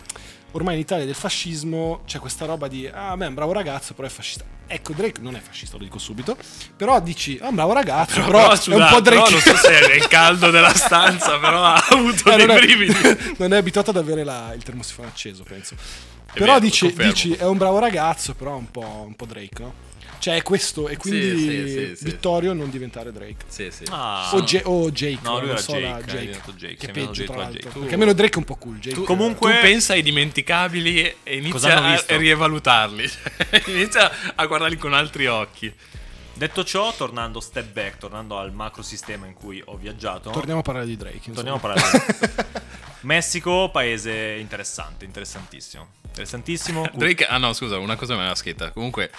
Speaker 2: ormai in Italia del fascismo c'è questa roba di ah, beh, è un bravo ragazzo, però è fascista. Ecco, Drake non è fascista, lo dico subito. Però dici, ah, un bravo ragazzo, però,
Speaker 1: però,
Speaker 2: è un po' Drake.
Speaker 1: non so se è il caldo della stanza, però ha avuto
Speaker 2: Eh,
Speaker 1: dei
Speaker 2: non,
Speaker 1: brividi.
Speaker 2: è, non è abituato ad avere la- il termosifone acceso, penso.
Speaker 1: vero,
Speaker 2: però dici,
Speaker 1: confermo.
Speaker 2: dici, è un bravo ragazzo, però è un po', un po' Drake, no? Cioè, è questo, e quindi
Speaker 1: sì, sì, sì.
Speaker 2: Vittorio non diventare Drake.
Speaker 1: Sì, sì.
Speaker 3: Ah.
Speaker 2: O, Ja- o Jake,
Speaker 3: No, lui
Speaker 2: non
Speaker 3: era
Speaker 2: so,
Speaker 3: Jake,
Speaker 2: la-
Speaker 3: eh, è diventato Jake,
Speaker 2: Che
Speaker 3: sei
Speaker 2: è peggio,
Speaker 3: andato
Speaker 2: tra
Speaker 3: addirittura a
Speaker 2: l'altro.
Speaker 3: Jake.
Speaker 2: Perché almeno Drake è un po' cool, Jake.
Speaker 1: Tu,
Speaker 3: Comunque-
Speaker 1: tu pensa ai dimenticabili e
Speaker 3: Cosa hanno
Speaker 1: inizia a
Speaker 3: visto?
Speaker 1: rievalutarli. inizia a guardarli con altri occhi.
Speaker 3: Oh, Detto ciò, tornando step back, tornando al macro sistema in cui ho viaggiato.
Speaker 2: Torniamo a parlare di Drake, insomma.
Speaker 3: Torniamo a parlare. Messico, paese interessante, interessantissimo. Interessantissimo. cu-
Speaker 1: Drake, ah no, scusa, una cosa me l'ha scritta. Comunque,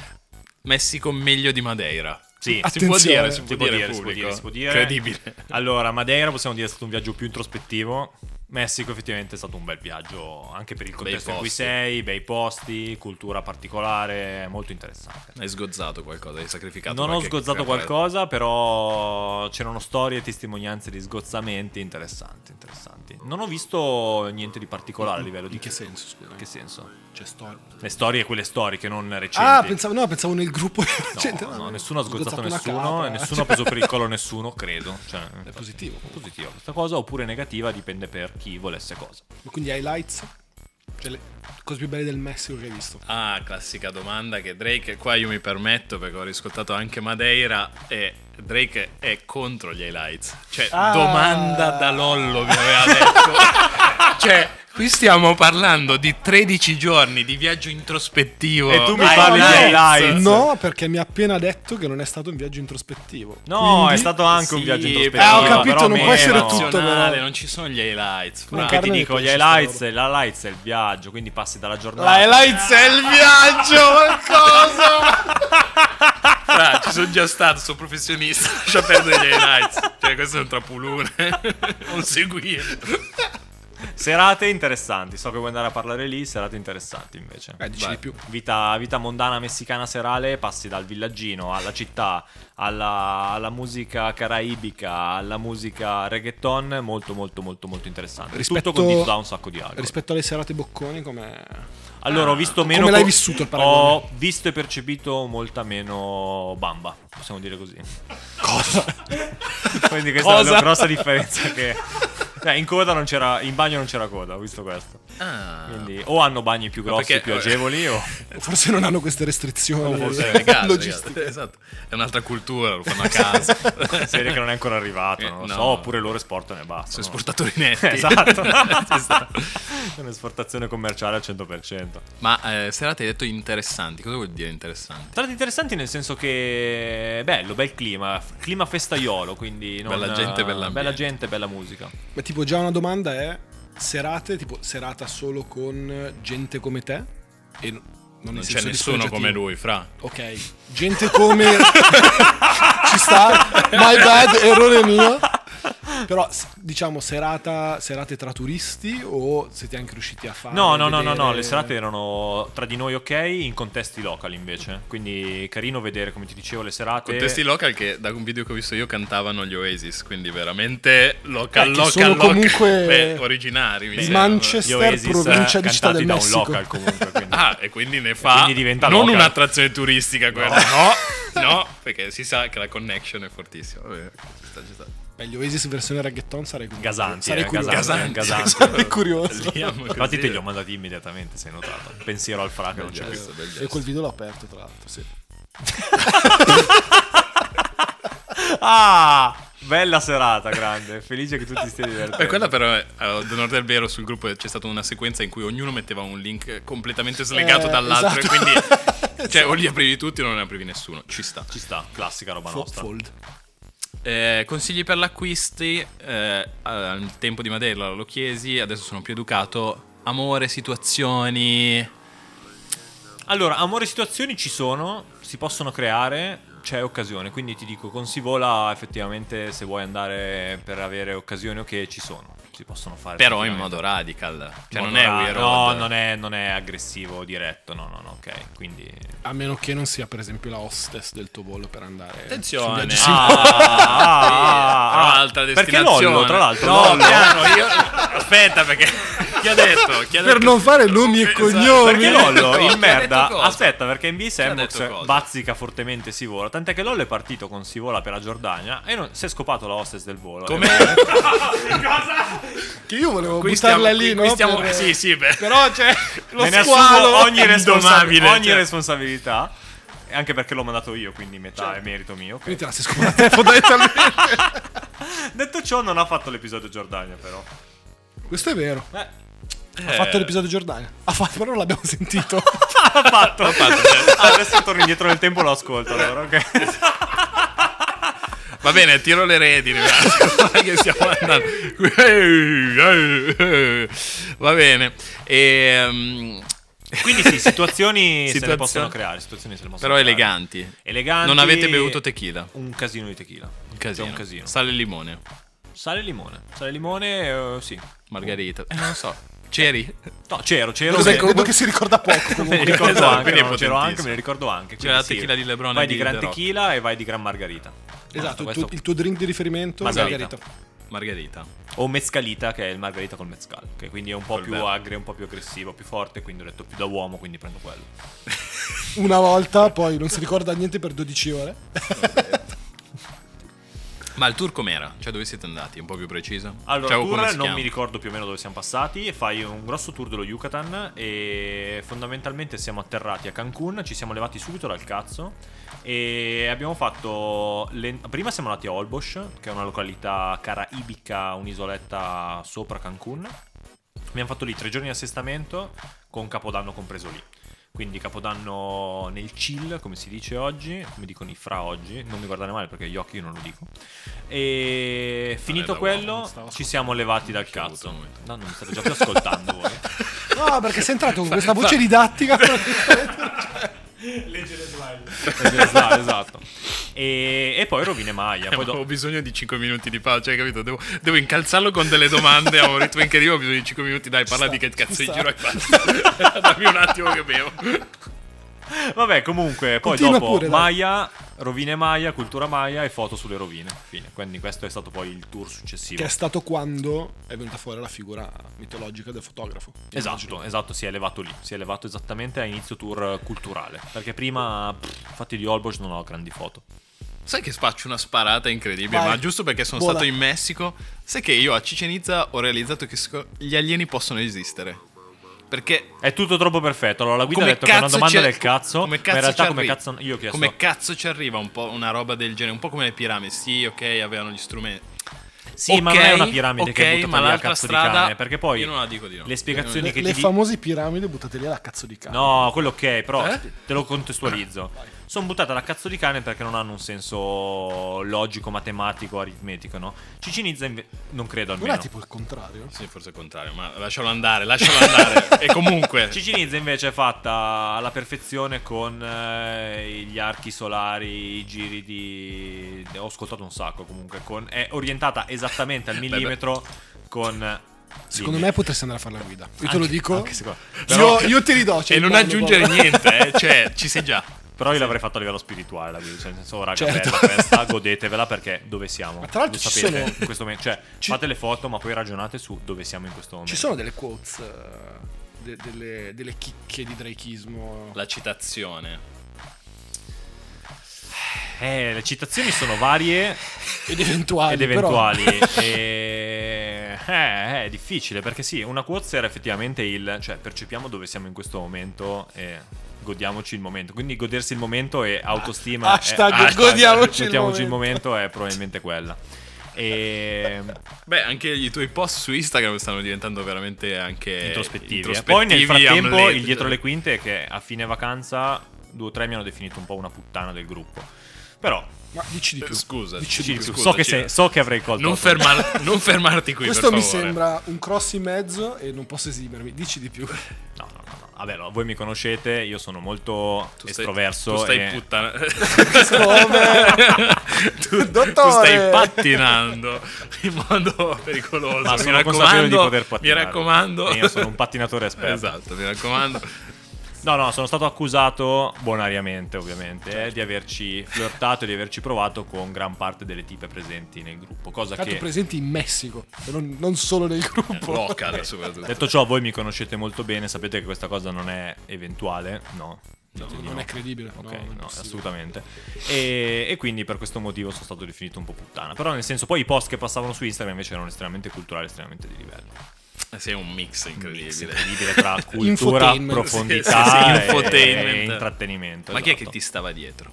Speaker 1: Messico meglio di Madeira.
Speaker 3: Sì,
Speaker 1: Si può
Speaker 2: Attenzione.
Speaker 1: dire, si può
Speaker 3: Si può
Speaker 1: dire,
Speaker 3: dire, si può
Speaker 1: pubblico.
Speaker 3: dire, si può dire.
Speaker 1: Credibile.
Speaker 3: Allora, Madeira possiamo dire è stato un viaggio più introspettivo. Messico effettivamente è stato un bel viaggio, anche per il contesto in cui
Speaker 1: posti.
Speaker 3: sei, bei posti, cultura particolare, molto interessante.
Speaker 1: Hai sgozzato qualcosa, hai sacrificato
Speaker 3: non ho
Speaker 1: qualche
Speaker 3: sgozzato
Speaker 1: carrello.
Speaker 3: qualcosa, però c'erano storie e testimonianze di sgozzamenti interessanti, interessanti. Non ho visto niente di particolare a livello di...
Speaker 2: In che senso, scusa?
Speaker 3: Che senso?
Speaker 2: C'è storia.
Speaker 3: Le storie, quelle storiche, non recenti.
Speaker 2: Ah, pensavo, no, pensavo nel gruppo.
Speaker 3: No, no, nessuno ha sgozzato nessuno e nessuno ha preso per il collo nessuno, credo. Cioè,
Speaker 2: È positivo.
Speaker 3: positiva questa cosa oppure negativa dipende per chi volesse cosa.
Speaker 2: Quindi highlights, cioè le cose più belle del Messico che hai visto.
Speaker 1: Ah, classica domanda che Drake, qua io mi permetto perché ho riscoltato anche Madeira e Drake è contro gli highlights. Cioè,
Speaker 2: Ah.
Speaker 1: domanda da Lollo mi aveva detto. cioè, qui stiamo parlando di 13 giorni di viaggio introspettivo.
Speaker 3: E tu mi
Speaker 1: Ai
Speaker 3: parli di highlights.
Speaker 2: No, perché mi ha appena detto che non è stato un viaggio introspettivo.
Speaker 3: No,
Speaker 2: Quindi-
Speaker 3: è stato anche un
Speaker 1: Sì,
Speaker 3: viaggio
Speaker 1: però-
Speaker 3: introspettivo.
Speaker 2: Ah, ho capito,
Speaker 3: però
Speaker 2: non può essere
Speaker 3: meno.
Speaker 2: tutto,
Speaker 1: Nazionale,
Speaker 2: però.
Speaker 1: Non ci sono gli highlights. fra.
Speaker 2: Non
Speaker 3: Che
Speaker 2: Carne
Speaker 3: ti
Speaker 2: di
Speaker 3: dico, gli
Speaker 2: questa
Speaker 3: highlights,
Speaker 2: roba.
Speaker 3: l'highlights è il viaggio, quindi passi dalla
Speaker 1: La
Speaker 3: giornata.
Speaker 1: highlights è il viaggio, qualcosa! Fra, ci sono già stato, sono professionista, lascia perdere gli highlights. Cioè, questo è un trappolone, non seguirlo.
Speaker 3: Serate interessanti, so che vuoi andare a parlare lì, serate interessanti invece.
Speaker 2: Eh, dici
Speaker 1: Vai.
Speaker 2: di più.
Speaker 3: Vita, vita mondana messicana serale, passi dal villaggino alla città, alla, alla musica caraibica, alla musica reggaeton, molto molto molto molto interessante.
Speaker 2: Rispetto-
Speaker 3: Tutto condito da un sacco di alcol.
Speaker 2: Rispetto alle serate bocconi, come...
Speaker 3: Allora, ho visto meno.
Speaker 2: Ah, l'hai vissuto il paragone?
Speaker 3: Ho visto e percepito molta meno bamba, possiamo dire così. Cosa? Quindi questa è
Speaker 1: Cosa?
Speaker 3: la grossa differenza che. Cioè, in coda non c'era. In bagno non c'era coda, ho visto questo.
Speaker 1: Ah,
Speaker 3: Quindi, o hanno bagni più grossi,
Speaker 1: perché-
Speaker 3: più agevoli, o.
Speaker 2: Forse non hanno queste restrizioni.
Speaker 3: Oh, forse
Speaker 1: è legale,
Speaker 2: logistiche.
Speaker 1: ragazzi, esatto. È un'altra cultura, lo fanno a casa.
Speaker 3: Si vede che non è ancora arrivato, non lo
Speaker 1: Eh,
Speaker 3: so.
Speaker 1: no.
Speaker 3: Oppure loro esportano e basta.
Speaker 1: Sono
Speaker 3: no?
Speaker 1: esportatori netti.
Speaker 3: Esatto.
Speaker 1: Ci sta.
Speaker 3: È Un'esportazione commerciale al 100%.
Speaker 1: Ma eh, serate hai detto interessanti, cosa vuol dire interessanti?
Speaker 3: Tra l'altro interessanti nel senso che bello, bel clima, f- clima festaiolo, quindi non-
Speaker 1: Bella gente, bell'ambiente.
Speaker 3: bella gente, bella musica.
Speaker 2: Ma tipo già una domanda è serate, tipo serata solo con gente come te? E n- non,
Speaker 1: Non
Speaker 3: Cioè,
Speaker 1: c'è nessuno come lui, fra.
Speaker 2: Ok, gente come... Ci sta? My bad, errore mio. Però s- diciamo serata, serate tra turisti o siete anche riusciti a fare?
Speaker 3: No, no, no, no, no,
Speaker 2: Ah, vedere-
Speaker 3: le serate erano tra di noi ok, in contesti locali invece. Quindi carino vedere, come ti dicevo, le serate.
Speaker 1: Contesti local che da un video che ho visto io cantavano gli Oasis, quindi veramente local
Speaker 2: Eh, che
Speaker 1: local
Speaker 2: sono
Speaker 1: local,
Speaker 2: comunque
Speaker 1: beh, originari, mi
Speaker 3: Beh,
Speaker 1: sembra.
Speaker 2: Manchester.
Speaker 3: gli Oasis,
Speaker 2: provincia di
Speaker 3: eh,
Speaker 2: Città del
Speaker 3: cantati da
Speaker 2: Messico.
Speaker 3: un local comunque, quindi.
Speaker 1: Ah, e quindi ne fa
Speaker 3: Quindi diventa
Speaker 1: non
Speaker 3: local.
Speaker 1: un'attrazione turistica quella, no. no, perché si sa che la connection è fortissima. Vabbè, ci sta, ci sta.
Speaker 2: Beh, gli Oasis versione reggaeton sarei curioso.
Speaker 3: Gasanti,
Speaker 2: sarei
Speaker 3: eh,
Speaker 2: curioso.
Speaker 3: gasanti,
Speaker 1: Gasanti.
Speaker 2: Sarei curioso.
Speaker 1: Liam,
Speaker 3: Infatti
Speaker 1: così.
Speaker 3: te li ho mandati immediatamente, se hai notato. Pensiero al fra che non c'è più.
Speaker 1: Gesto, bel gesto.
Speaker 2: Eh, E quel video l'ho aperto tra l'altro, sì.
Speaker 3: Ah! Bella serata, grande. Felice che tu ti stia
Speaker 1: Beh,
Speaker 3: divertendo.
Speaker 1: quella però, eh, ad onor del vero, sul gruppo c'è stata una sequenza in cui ognuno metteva un link completamente slegato
Speaker 2: Eh,
Speaker 1: dall'altro
Speaker 2: esatto.
Speaker 1: e quindi... Cioè, o li aprivi tutti o non ne aprivi nessuno. Ci sta.
Speaker 3: Ci sta, classica roba
Speaker 2: Fo-
Speaker 3: nostra.
Speaker 2: fold.
Speaker 1: Eh, consigli per l'acquisti, eh, al tempo di Madeira lo chiesi, adesso sono più educato. Amore, situazioni...
Speaker 3: Allora, amore situazioni ci sono, si possono creare, c'è occasione, quindi ti dico con Sivola effettivamente se vuoi andare per avere occasioni o che ci sono, si possono fare.
Speaker 1: Però in
Speaker 3: effettivamente.
Speaker 1: modo radical. Cioè,
Speaker 3: Modo
Speaker 1: non è
Speaker 3: ra-
Speaker 1: We
Speaker 3: No,
Speaker 1: Road.
Speaker 3: non è, non è aggressivo, diretto, no, no, no, ok, quindi...
Speaker 2: A meno che non sia per esempio la hostess del tuo volo per andare...
Speaker 1: Attenzione.
Speaker 2: sul viaggio.
Speaker 1: Ah,
Speaker 3: Ah,
Speaker 1: Tra l'altra
Speaker 3: Perché
Speaker 1: destinazione.
Speaker 3: Lollo, tra l'altro,
Speaker 1: No,
Speaker 3: Lollo.
Speaker 1: piano, io... Aspetta, perché... Chi ha detto? Chi ha
Speaker 2: Per
Speaker 1: detto-
Speaker 2: non fare nomi e
Speaker 1: Esatto,
Speaker 2: cognomi.
Speaker 3: Perché
Speaker 1: chi ha detto
Speaker 3: Lollo,
Speaker 1: cosa?
Speaker 3: il merda,
Speaker 1: Chi ha detto cosa?
Speaker 3: aspetta perché in B
Speaker 1: ha detto
Speaker 3: Sambox
Speaker 1: cosa?
Speaker 3: bazzica fortemente Sivola, tant'è che Lollo è partito con Sivola per la Giordania e non, si è scopato la hostess del volo.
Speaker 1: Come?
Speaker 3: Ah,
Speaker 2: Che io volevo
Speaker 1: Qui
Speaker 2: buttarla
Speaker 1: stiamo-
Speaker 2: lì,
Speaker 1: qui-
Speaker 2: no?
Speaker 1: qui stiamo-
Speaker 2: Per-
Speaker 1: Sì, sì, beh.
Speaker 2: Però c'è lo
Speaker 3: Me ne
Speaker 2: squalo.
Speaker 3: assumo ogni, responsa-
Speaker 1: indomabile,
Speaker 3: ogni
Speaker 1: cioè.
Speaker 3: responsabilità, e anche perché l'ho mandato io, quindi metà è merito mio. ok.
Speaker 2: Quindi te la sei scopata te, fondamentalmente.
Speaker 3: Detto ciò, non ha fatto l'episodio Giordania però.
Speaker 2: Questo è vero.
Speaker 3: Eh,
Speaker 2: Ha fatto l'episodio Giordania. Ha fatto, però non l'abbiamo sentito.
Speaker 3: l'ha fatto.
Speaker 1: fatto, certo.
Speaker 3: Ah, adesso torno indietro nel tempo e lo ascolto allora, ok?
Speaker 1: Va bene, tiro le redini. un attimo, che stiamo andando. Va bene. Ehm,
Speaker 3: Quindi sì, situazioni se
Speaker 1: Situazio-
Speaker 3: le possono creare, situazioni se le possono
Speaker 1: Però
Speaker 3: creare.
Speaker 1: eleganti.
Speaker 3: Eleganti.
Speaker 1: Non avete bevuto tequila.
Speaker 3: Un casino di tequila.
Speaker 1: Un casino.
Speaker 3: C'è un casino.
Speaker 1: Sale e limone.
Speaker 3: Sale e limone. Sale e limone, eh, sì.
Speaker 1: Margherita. Eh, non lo so. Ceri.
Speaker 3: No, c'ero, c'ero.
Speaker 2: Cos'è,
Speaker 3: c'ero.
Speaker 2: credo che si ricorda poco
Speaker 3: me ne
Speaker 2: comunque.
Speaker 3: ricordo
Speaker 1: Esatto,
Speaker 3: anche,
Speaker 1: quindi è
Speaker 3: no, c'ero
Speaker 1: potentissimo.
Speaker 3: anche, me ne ricordo anche.
Speaker 1: C'era
Speaker 3: quindi
Speaker 1: la tequila di Lebron e
Speaker 3: Vai
Speaker 1: di
Speaker 3: di gran
Speaker 1: The Rock.
Speaker 3: tequila e vai di gran margarita.
Speaker 2: Esatto, il
Speaker 3: Basta,
Speaker 2: tuo, il tuo drink di riferimento
Speaker 3: Margarita.
Speaker 2: Margherita.
Speaker 1: Margherita.
Speaker 3: O mezcalita, che è il margarita col mezcal, che quindi è un po'
Speaker 1: Col
Speaker 3: più
Speaker 1: verde.
Speaker 3: agrio, un po' più aggressivo, più forte, quindi ho detto più da uomo, quindi prendo quello.
Speaker 2: Una volta, poi non si ricorda niente per 12 ore.
Speaker 1: Ma il tour com'era? Cioè dove siete andati? Un po' più preciso?
Speaker 3: Allora,
Speaker 1: Cioè,
Speaker 3: tour
Speaker 1: come si
Speaker 3: non
Speaker 1: chiama?
Speaker 3: mi ricordo più o meno dove siamo passati, e fai un grosso tour dello Yucatan e fondamentalmente siamo atterrati a Cancun, ci siamo levati subito dal cazzo e abbiamo fatto... le- Prima siamo andati a Olbosch, che è una località caraibica, un'isoletta sopra Cancun. Abbiamo fatto lì tre giorni di assestamento con Capodanno compreso lì. Quindi Capodanno nel chill, come si dice oggi, come dicono i fra oggi, non mi guardare male perché gli occhi io non lo dico. E finito
Speaker 1: da uomo,
Speaker 3: quello
Speaker 1: stavo
Speaker 3: ci siamo levati dal
Speaker 1: Ci ho avuto
Speaker 3: cazzo.
Speaker 1: un momento.
Speaker 3: No, non mi state già più ascoltando voi.
Speaker 2: No, perché sei entrato con questa voce didattica.
Speaker 3: Leggere slide. esatto. E, e poi rovine Maya.
Speaker 1: Eh,
Speaker 3: Poi
Speaker 1: ma
Speaker 3: do-
Speaker 1: Ho bisogno di 5 minuti di pausa, cioè, capito? Devo, devo incalzarlo con delle domande a un ritmo incredibile. Ho bisogno di 5 minuti. Dai, parla
Speaker 2: sta,
Speaker 1: di che
Speaker 2: ci
Speaker 1: cazzo in
Speaker 2: sta.
Speaker 1: giro hai fatto. Dammi un attimo che bevo.
Speaker 3: Vabbè, comunque, poi
Speaker 2: Continua
Speaker 3: dopo
Speaker 2: pure, dai.
Speaker 3: Maya, rovine Maya, cultura Maya e foto sulle rovine. Fine. Quindi questo è stato poi il tour successivo.
Speaker 2: che è stato quando è venuta fuori la figura mitologica del fotografo.
Speaker 3: Esatto, esatto, si è elevato lì, si è elevato esattamente a inizio tour eh, culturale, perché prima, pff, fatti di Olbosch non ho grandi foto.
Speaker 1: Sai che faccio una sparata incredibile,
Speaker 2: Vai.
Speaker 1: ma giusto perché sono
Speaker 2: Vola.
Speaker 1: stato in Messico, sai che io a Chichen Itza ho realizzato che secondo- gli alieni possono esistere. Perché
Speaker 3: È tutto troppo perfetto, allora la guida ha
Speaker 1: come
Speaker 3: detto che è una
Speaker 1: cazzo
Speaker 3: domanda
Speaker 1: ci-
Speaker 3: del cazzo,
Speaker 1: come
Speaker 3: ma in
Speaker 1: cazzo
Speaker 3: realtà
Speaker 1: ci
Speaker 3: come
Speaker 1: arrivi?
Speaker 3: cazzo io ho chiesto
Speaker 1: Come cazzo ci arriva un po' una roba del genere, un po' come le piramidi. Sì, ok, avevano gli strumenti.
Speaker 3: Sì, ma non è
Speaker 1: Ok,
Speaker 3: una piramide che
Speaker 1: ok,
Speaker 3: è buttata
Speaker 1: ma
Speaker 3: via a
Speaker 1: l'altra
Speaker 3: cazzo di
Speaker 1: strada-
Speaker 3: cane, perché poi
Speaker 1: io non la dico di no.
Speaker 3: le spiegazioni
Speaker 2: Le,
Speaker 3: che
Speaker 2: le
Speaker 3: ti dicono
Speaker 2: famose piramidi buttate lì alla cazzo di cane.
Speaker 3: No, quello ok, però
Speaker 1: Eh?
Speaker 3: te lo contestualizzo. Sono buttate alla cazzo di cane perché non hanno un senso logico, matematico, aritmetico, no? Cicinizza inve- non credo
Speaker 2: Non è
Speaker 3: almeno.
Speaker 2: tipo il contrario.
Speaker 1: Sì, forse è il contrario, ma lascialo andare, lascialo andare. e comunque,
Speaker 3: Cicinizza invece è fatta alla perfezione con eh, gli archi solari, i giri di... eh, Ho ascoltato un sacco comunque, con- è orientata esattamente al millimetro con...
Speaker 2: Secondo
Speaker 3: Dimmi.
Speaker 2: me potresti andare a fare la guida. Io te lo
Speaker 3: Anche-
Speaker 2: dico.
Speaker 3: anche secondo-
Speaker 2: Io,
Speaker 1: Però-
Speaker 2: io ti ridò. cioè,
Speaker 1: e non
Speaker 2: parlo,
Speaker 1: aggiungere
Speaker 2: parlo.
Speaker 1: niente, eh, cioè, ci sei già.
Speaker 3: Però io l'avrei fatto a livello spirituale, la guida, cioè, nel senso, oh, raga,
Speaker 2: Certo.
Speaker 3: bella questa, godetevela perché dove siamo?
Speaker 2: Ma tra l'altro
Speaker 3: Lo
Speaker 2: ci
Speaker 3: sapete,
Speaker 2: sono-
Speaker 3: in questo momento, cioè,
Speaker 2: ci-
Speaker 3: fate le foto, ma poi ragionate su dove siamo in questo momento.
Speaker 2: Ci sono delle quotes, eh, de- delle, delle chicche di drakeismo.
Speaker 1: La citazione.
Speaker 3: Eh, le citazioni sono varie
Speaker 2: Ed eventuali.
Speaker 3: ed
Speaker 2: però-
Speaker 3: eventuali. e... eh, è difficile perché sì, una quoz era effettivamente il cioè percepiamo dove siamo in questo momento e godiamoci il momento. Quindi godersi il momento e autostima è-
Speaker 2: Hashtag godiamoci il
Speaker 3: godiamoci il momento è probabilmente quella. E
Speaker 1: Beh, anche i tuoi post su Instagram stanno diventando veramente anche
Speaker 3: introspettivi. eh.
Speaker 1: introspettivi,
Speaker 3: Poi nel frattempo
Speaker 1: Hamlet.
Speaker 3: il dietro le quinte è che a fine vacanza due o tre mi hanno definito un po' una puttana del gruppo. Però
Speaker 2: Ma dici di più.
Speaker 1: Scusa,
Speaker 2: Dici
Speaker 1: dici
Speaker 2: cioè, di
Speaker 1: di
Speaker 2: più.
Speaker 1: scusa,
Speaker 3: so che,
Speaker 1: Ciro.
Speaker 3: sei- so che avrei colto.
Speaker 1: non, fermar- non fermarti qui,
Speaker 2: Questo
Speaker 1: per
Speaker 2: mi
Speaker 1: favore.
Speaker 2: sembra un cross in mezzo e non posso esimermi. Dici di più.
Speaker 3: No, no, no, no. Vabbè, no, voi mi conoscete, io sono molto
Speaker 1: Tu stai-
Speaker 3: estroverso.
Speaker 1: tu stai
Speaker 3: e-
Speaker 1: puttana-
Speaker 2: Come?
Speaker 1: tu, tu
Speaker 2: Dottore!
Speaker 1: stai pattinando in modo pericoloso.
Speaker 3: Ma
Speaker 1: mi
Speaker 3: sono consapevole di
Speaker 1: raccomando,
Speaker 3: poter pattinare.
Speaker 1: Mi raccomando.
Speaker 3: E io sono un pattinatore esperto.
Speaker 1: Esatto, mi raccomando.
Speaker 3: No, no, sono stato accusato, bonariamente ovviamente, eh,
Speaker 1: Certo.
Speaker 3: di averci flirtato e di averci provato con gran parte delle tipe presenti nel gruppo. Cosa
Speaker 2: Tanto
Speaker 3: che...
Speaker 2: presenti in Messico, e non, non solo nel
Speaker 1: Eh,
Speaker 2: gruppo.
Speaker 1: Local, soprattutto.
Speaker 3: Detto ciò, voi mi conoscete molto bene, sapete che questa cosa non è eventuale, no.
Speaker 2: No,
Speaker 3: dite di
Speaker 2: non è credibile,
Speaker 3: Ok,
Speaker 2: no, non è
Speaker 3: no,
Speaker 2: possibile.
Speaker 3: assolutamente. E, e quindi per questo motivo sono stato definito un po' puttana. Però nel senso, poi i post che passavano su Instagram invece erano estremamente culturali, estremamente di livello.
Speaker 1: Eh, Sei un mix incredibile.
Speaker 3: Mix incredibile tra cultura,
Speaker 2: Infotainment.
Speaker 3: profondità
Speaker 1: Sì, sì,
Speaker 3: e-
Speaker 1: infotainment.
Speaker 3: e intrattenimento.
Speaker 1: Ma chi è che
Speaker 3: esatto.
Speaker 1: ti stava dietro?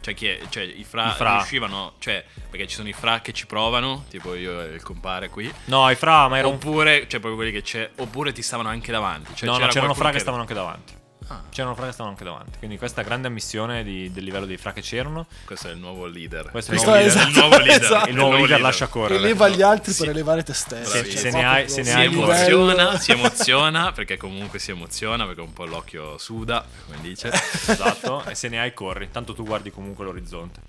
Speaker 1: Cioè, chi è, cioè i fra,
Speaker 3: I fra.
Speaker 1: riuscivano, cioè, perché ci sono i fra che ci provano, tipo io e il compare qui,
Speaker 3: No, i fra, ma era un...
Speaker 1: oppure, cioè proprio quelli che c'è, oppure ti stavano anche davanti. Cioè,
Speaker 3: no, no,
Speaker 1: qualcuno
Speaker 3: c'erano fra che
Speaker 1: che- Ah.
Speaker 3: stavano anche davanti. C'erano fra che stavano anche davanti. Quindi questa grande ammissione di- del livello dei fra che c'erano.
Speaker 1: Questo è il nuovo leader.
Speaker 3: Questo
Speaker 2: è il
Speaker 1: nuovo
Speaker 2: nuovo
Speaker 1: leader.
Speaker 2: leader.
Speaker 1: il nuovo leader.
Speaker 2: Esatto.
Speaker 3: Il nuovo leader lascia correre.
Speaker 2: Eleva gli altri
Speaker 1: Sì.
Speaker 2: per elevare te stesso.
Speaker 1: Sì, se
Speaker 3: ne
Speaker 2: proprio
Speaker 3: hai- se ne
Speaker 1: Si
Speaker 3: hai
Speaker 2: livello-
Speaker 1: emoziona, si emoziona perché comunque si emoziona perché un po' l'occhio suda, come dice.
Speaker 3: Esatto. e se ne hai corri. Tanto tu guardi comunque l'orizzonte.